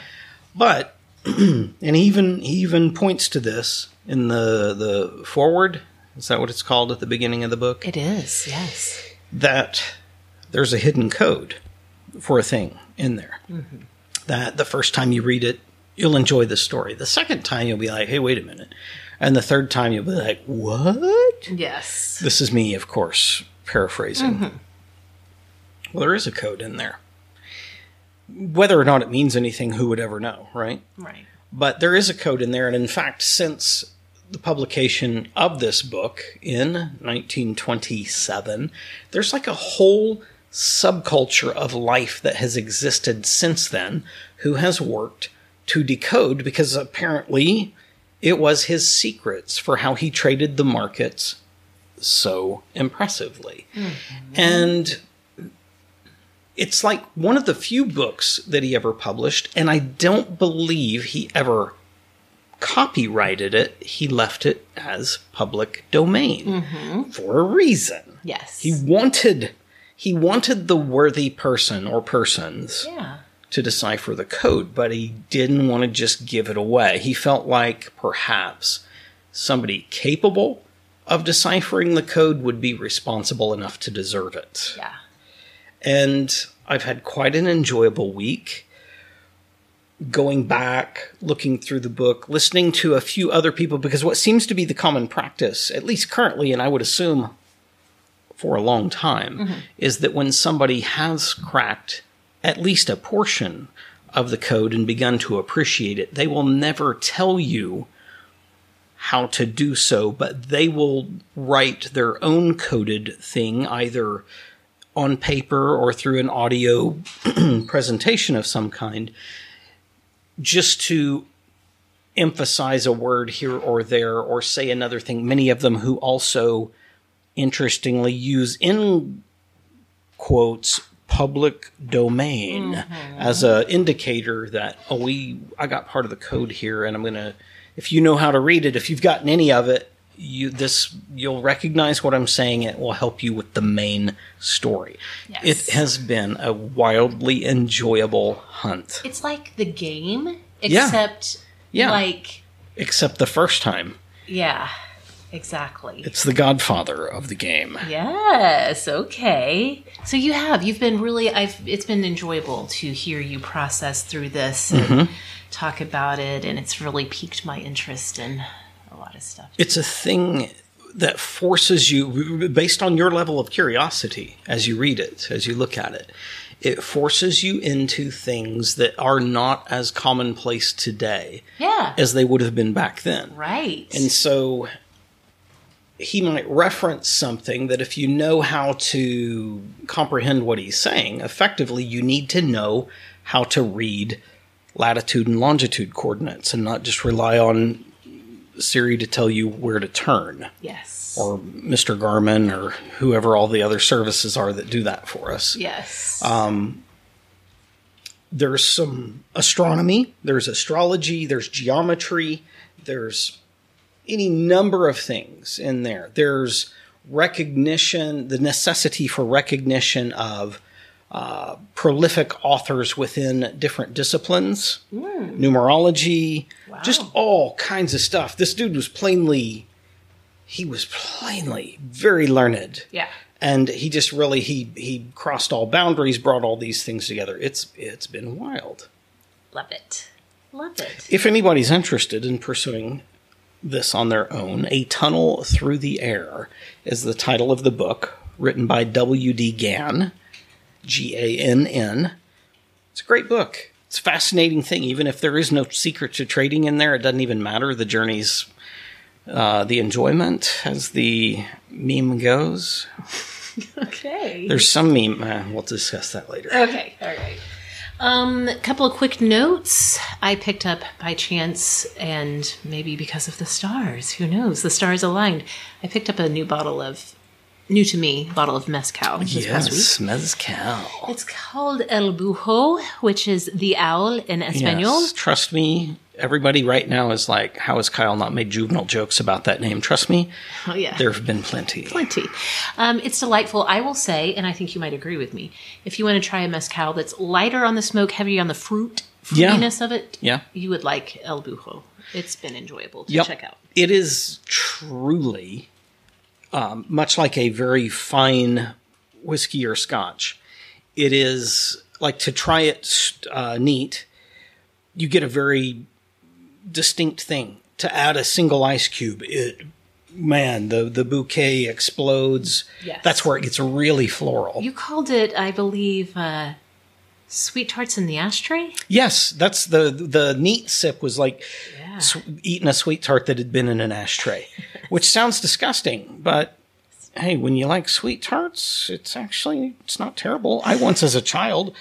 Speaker 1: But and he even he even points to this in the the forward. Is that what it's called at the beginning of the book?
Speaker 2: It is. Yes.
Speaker 1: that there's a hidden code for a thing in there. That the first time you read it, you'll enjoy the story. The second time you'll be like, "Hey, wait a minute," and the third time you'll be like, "What?"
Speaker 2: Yes.
Speaker 1: This is me, of course, paraphrasing. Well, there is a code in there. Whether or not it means anything, who would ever know, right?
Speaker 2: Right.
Speaker 1: but there is a code in there and in fact since the publication of this book in 1927 there's like a whole subculture of life that has existed since then who has worked to decode because apparently it was his secrets for how he traded the markets so impressively and it's like one of the few books that he ever published, and I don't believe he ever copyrighted it. He left it as public domain for a reason.
Speaker 2: Mm-hmm. Yes.
Speaker 1: He wanted he wanted the worthy person or persons
Speaker 2: yeah.
Speaker 1: to decipher the code, but he didn't want to just give it away. He felt like perhaps somebody capable of deciphering the code would be responsible enough to deserve it
Speaker 2: Yeah.
Speaker 1: and I've had quite an enjoyable week going back, looking through the book, listening to a few other people, because what seems to be the common practice, at least currently, and I would assume for a long time, is that when somebody has cracked at least a portion of the code and begun to appreciate it, they will never tell you how to do so, but they will write their own coded thing either on paper or through an audio presentation of some kind just to emphasize a word here or there or say another thing. Many of them who also interestingly use in quotes public domain as a indicator that oh we I got part of the code here and I'm gonna if you know how to read it if you've gotten any of it you this you'll recognize what I'm saying it will help you with the main story
Speaker 2: Yes.
Speaker 1: it has been a wildly enjoyable hunt
Speaker 2: It's like the game,
Speaker 1: Yeah.
Speaker 2: except
Speaker 1: Yeah.
Speaker 2: like
Speaker 1: except the first time
Speaker 2: yeah, exactly.
Speaker 1: it's the godfather of the game
Speaker 2: Yes. Okay. So you have you've been really I've it's been enjoyable to hear you process through this and talk about it, and it's really piqued my interest in a lot of stuff.
Speaker 1: it's a thing that forces you based on your level of curiosity as you read it as you look at it it forces you into things that are not as commonplace today
Speaker 2: Yeah.
Speaker 1: as they would have been back then
Speaker 2: Right.
Speaker 1: and so he might reference something that if you know how to comprehend what he's saying, effectively you need to know how to read latitude and longitude coordinates and not just rely on Siri to tell you where to turn
Speaker 2: yes.
Speaker 1: or Mr. Garmin or whoever all the other services are that do that for us
Speaker 2: yes.
Speaker 1: there's some astronomy, there's astrology, there's geometry, there's any number of things in there. There's recognition, the necessity for recognition of uh, prolific authors within different disciplines, numerology, just all kinds of stuff. This dude was plainly, he was plainly very learned
Speaker 2: yeah.
Speaker 1: and he just really he he crossed all boundaries brought all these things together it's it's been wild
Speaker 2: Love it. Love it.
Speaker 1: if anybody's interested in pursuing this on their own a tunnel through the air is the title of the book written by w.d gann g-a-n-n it's a great book it's a fascinating thing even if there is no secret to trading in there it doesn't even matter the journey's uh, the enjoyment as the meme goes
Speaker 2: Okay.
Speaker 1: There's some meme. Uh, we'll discuss that later.
Speaker 2: Okay. All right. Um, a couple of quick notes I picked up by chance, and maybe because of the stars. Who knows? The stars aligned. I picked up a new bottle of, new to me, bottle of mezcal. this past week.
Speaker 1: Yes, mezcal.
Speaker 2: It's called El Bujo, which is the owl in Espanol.
Speaker 1: Yes. Trust me, everybody right now is like, how has Kyle not made juvenile jokes about that name? Trust me,
Speaker 2: Oh, yeah.
Speaker 1: there have been plenty.
Speaker 2: plenty. Um, it's delightful. I will say, and I think you might agree with me, if you want to try a mezcal that's lighter on the smoke, heavier on the fruit
Speaker 1: Yeah.
Speaker 2: fruitiness of it,
Speaker 1: Yeah.
Speaker 2: you would like El Bujo. It's been enjoyable to
Speaker 1: Yep.
Speaker 2: check out.
Speaker 1: It is truly um, much like a very fine whiskey or scotch. It is like to try it uh, neat, you get a very distinct thing. To add a single ice cube, it man the the bouquet explodes.
Speaker 2: Yes.
Speaker 1: That's where it gets really floral.
Speaker 2: You called it, I believe, uh, Sweet Tarts in the Ashtray?
Speaker 1: yes, that's the the neat sip was like
Speaker 2: Yeah.
Speaker 1: s eating a sweet tart that had been in an ashtray, which sounds disgusting, but hey, when you like sweet tarts, it's actually it's not terrible. I once as a child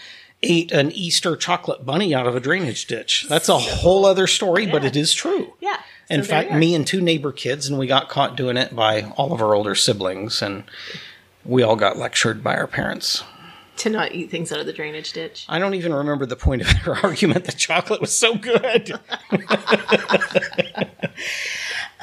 Speaker 1: ate an Easter chocolate bunny out of a drainage ditch. That's a whole other story, but it is true.
Speaker 2: Yeah. So
Speaker 1: In
Speaker 2: there
Speaker 1: fact,
Speaker 2: you are.
Speaker 1: me and two neighbor kids, and we got caught doing it by all of our older siblings, and we all got lectured by our parents.
Speaker 2: To not eat things out of the drainage ditch.
Speaker 1: I don't even remember the point of their argument that chocolate was so good.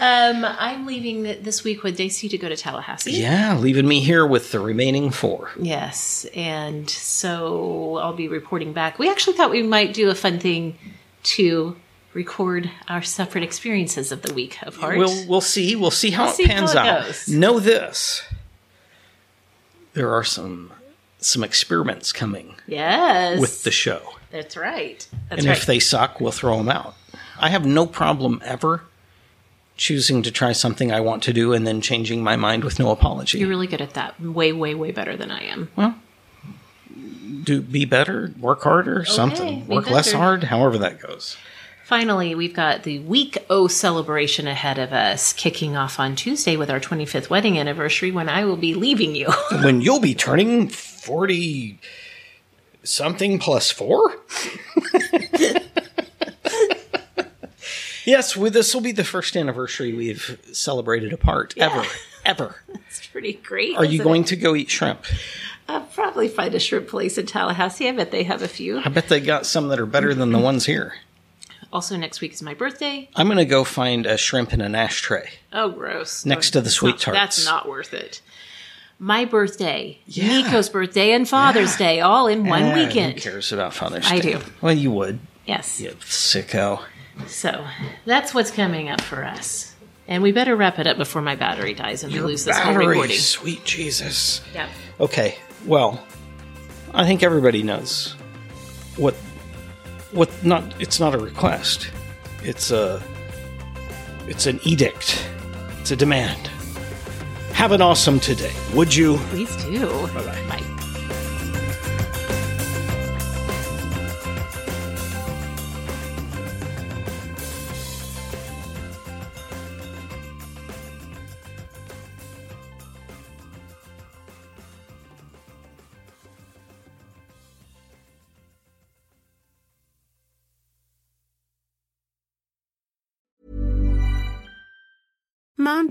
Speaker 2: Um, I'm leaving this week with Daisy to go to Tallahassee.
Speaker 1: Yeah, leaving me here with the remaining four.
Speaker 2: Yes, and so I'll be reporting back. We actually thought we might do a fun thing to record our separate experiences of the week apart.
Speaker 1: We'll we'll see. We'll see how
Speaker 2: We'll
Speaker 1: it
Speaker 2: see how
Speaker 1: pans
Speaker 2: it
Speaker 1: out.
Speaker 2: goes.
Speaker 1: Know this. There are some some experiments coming
Speaker 2: yes,
Speaker 1: with the show.
Speaker 2: that's right. That's
Speaker 1: and
Speaker 2: right.
Speaker 1: if they suck, we'll throw them out. I have no problem ever choosing to try something I want to do and then changing my mind with no apology.
Speaker 2: You're really good at that. Way, way, way better than I am.
Speaker 1: do be better, work harder, something.
Speaker 2: be
Speaker 1: Work less
Speaker 2: better.
Speaker 1: hard, however that goes.
Speaker 2: Finally, we've got the week O celebration ahead of us, kicking off on Tuesday with our 25th wedding anniversary when I will be leaving you.
Speaker 1: when you'll be turning 40 something plus four? yes, we, this will be the first anniversary we've celebrated apart ever. Ever.
Speaker 2: it's pretty great.
Speaker 1: Are you
Speaker 2: isn't
Speaker 1: going
Speaker 2: it?
Speaker 1: to go eat shrimp?
Speaker 2: I'll probably find a shrimp place in Tallahassee? I bet they have a few.
Speaker 1: I bet they got some that are better than the ones here.
Speaker 2: Also, next week is my birthday.
Speaker 1: I'm going to go find a shrimp in an ashtray.
Speaker 2: Oh, gross.
Speaker 1: Next to the
Speaker 2: That's
Speaker 1: sweet
Speaker 2: not- That's
Speaker 1: tarts.
Speaker 2: not worth it. My birthday,
Speaker 1: Yeah.
Speaker 2: Nico's birthday, and Father's Day all in one
Speaker 1: Eh, Who
Speaker 2: weekend.
Speaker 1: cares about Father's Day?
Speaker 2: I do.
Speaker 1: Well, you would.
Speaker 2: Yes.
Speaker 1: You sicko.
Speaker 2: So that's what's coming up for us. And we better wrap it up before my battery dies and we lose this whole
Speaker 1: Battery,
Speaker 2: recording.
Speaker 1: sweet Jesus.
Speaker 2: Yep.
Speaker 1: Okay. Well, I think everybody knows what what not it's not a request. It's a it's an edict. It's a demand. Have an awesome today. Would you?
Speaker 2: Please do.
Speaker 1: Bye-bye.
Speaker 2: Bye.
Speaker 4: Mom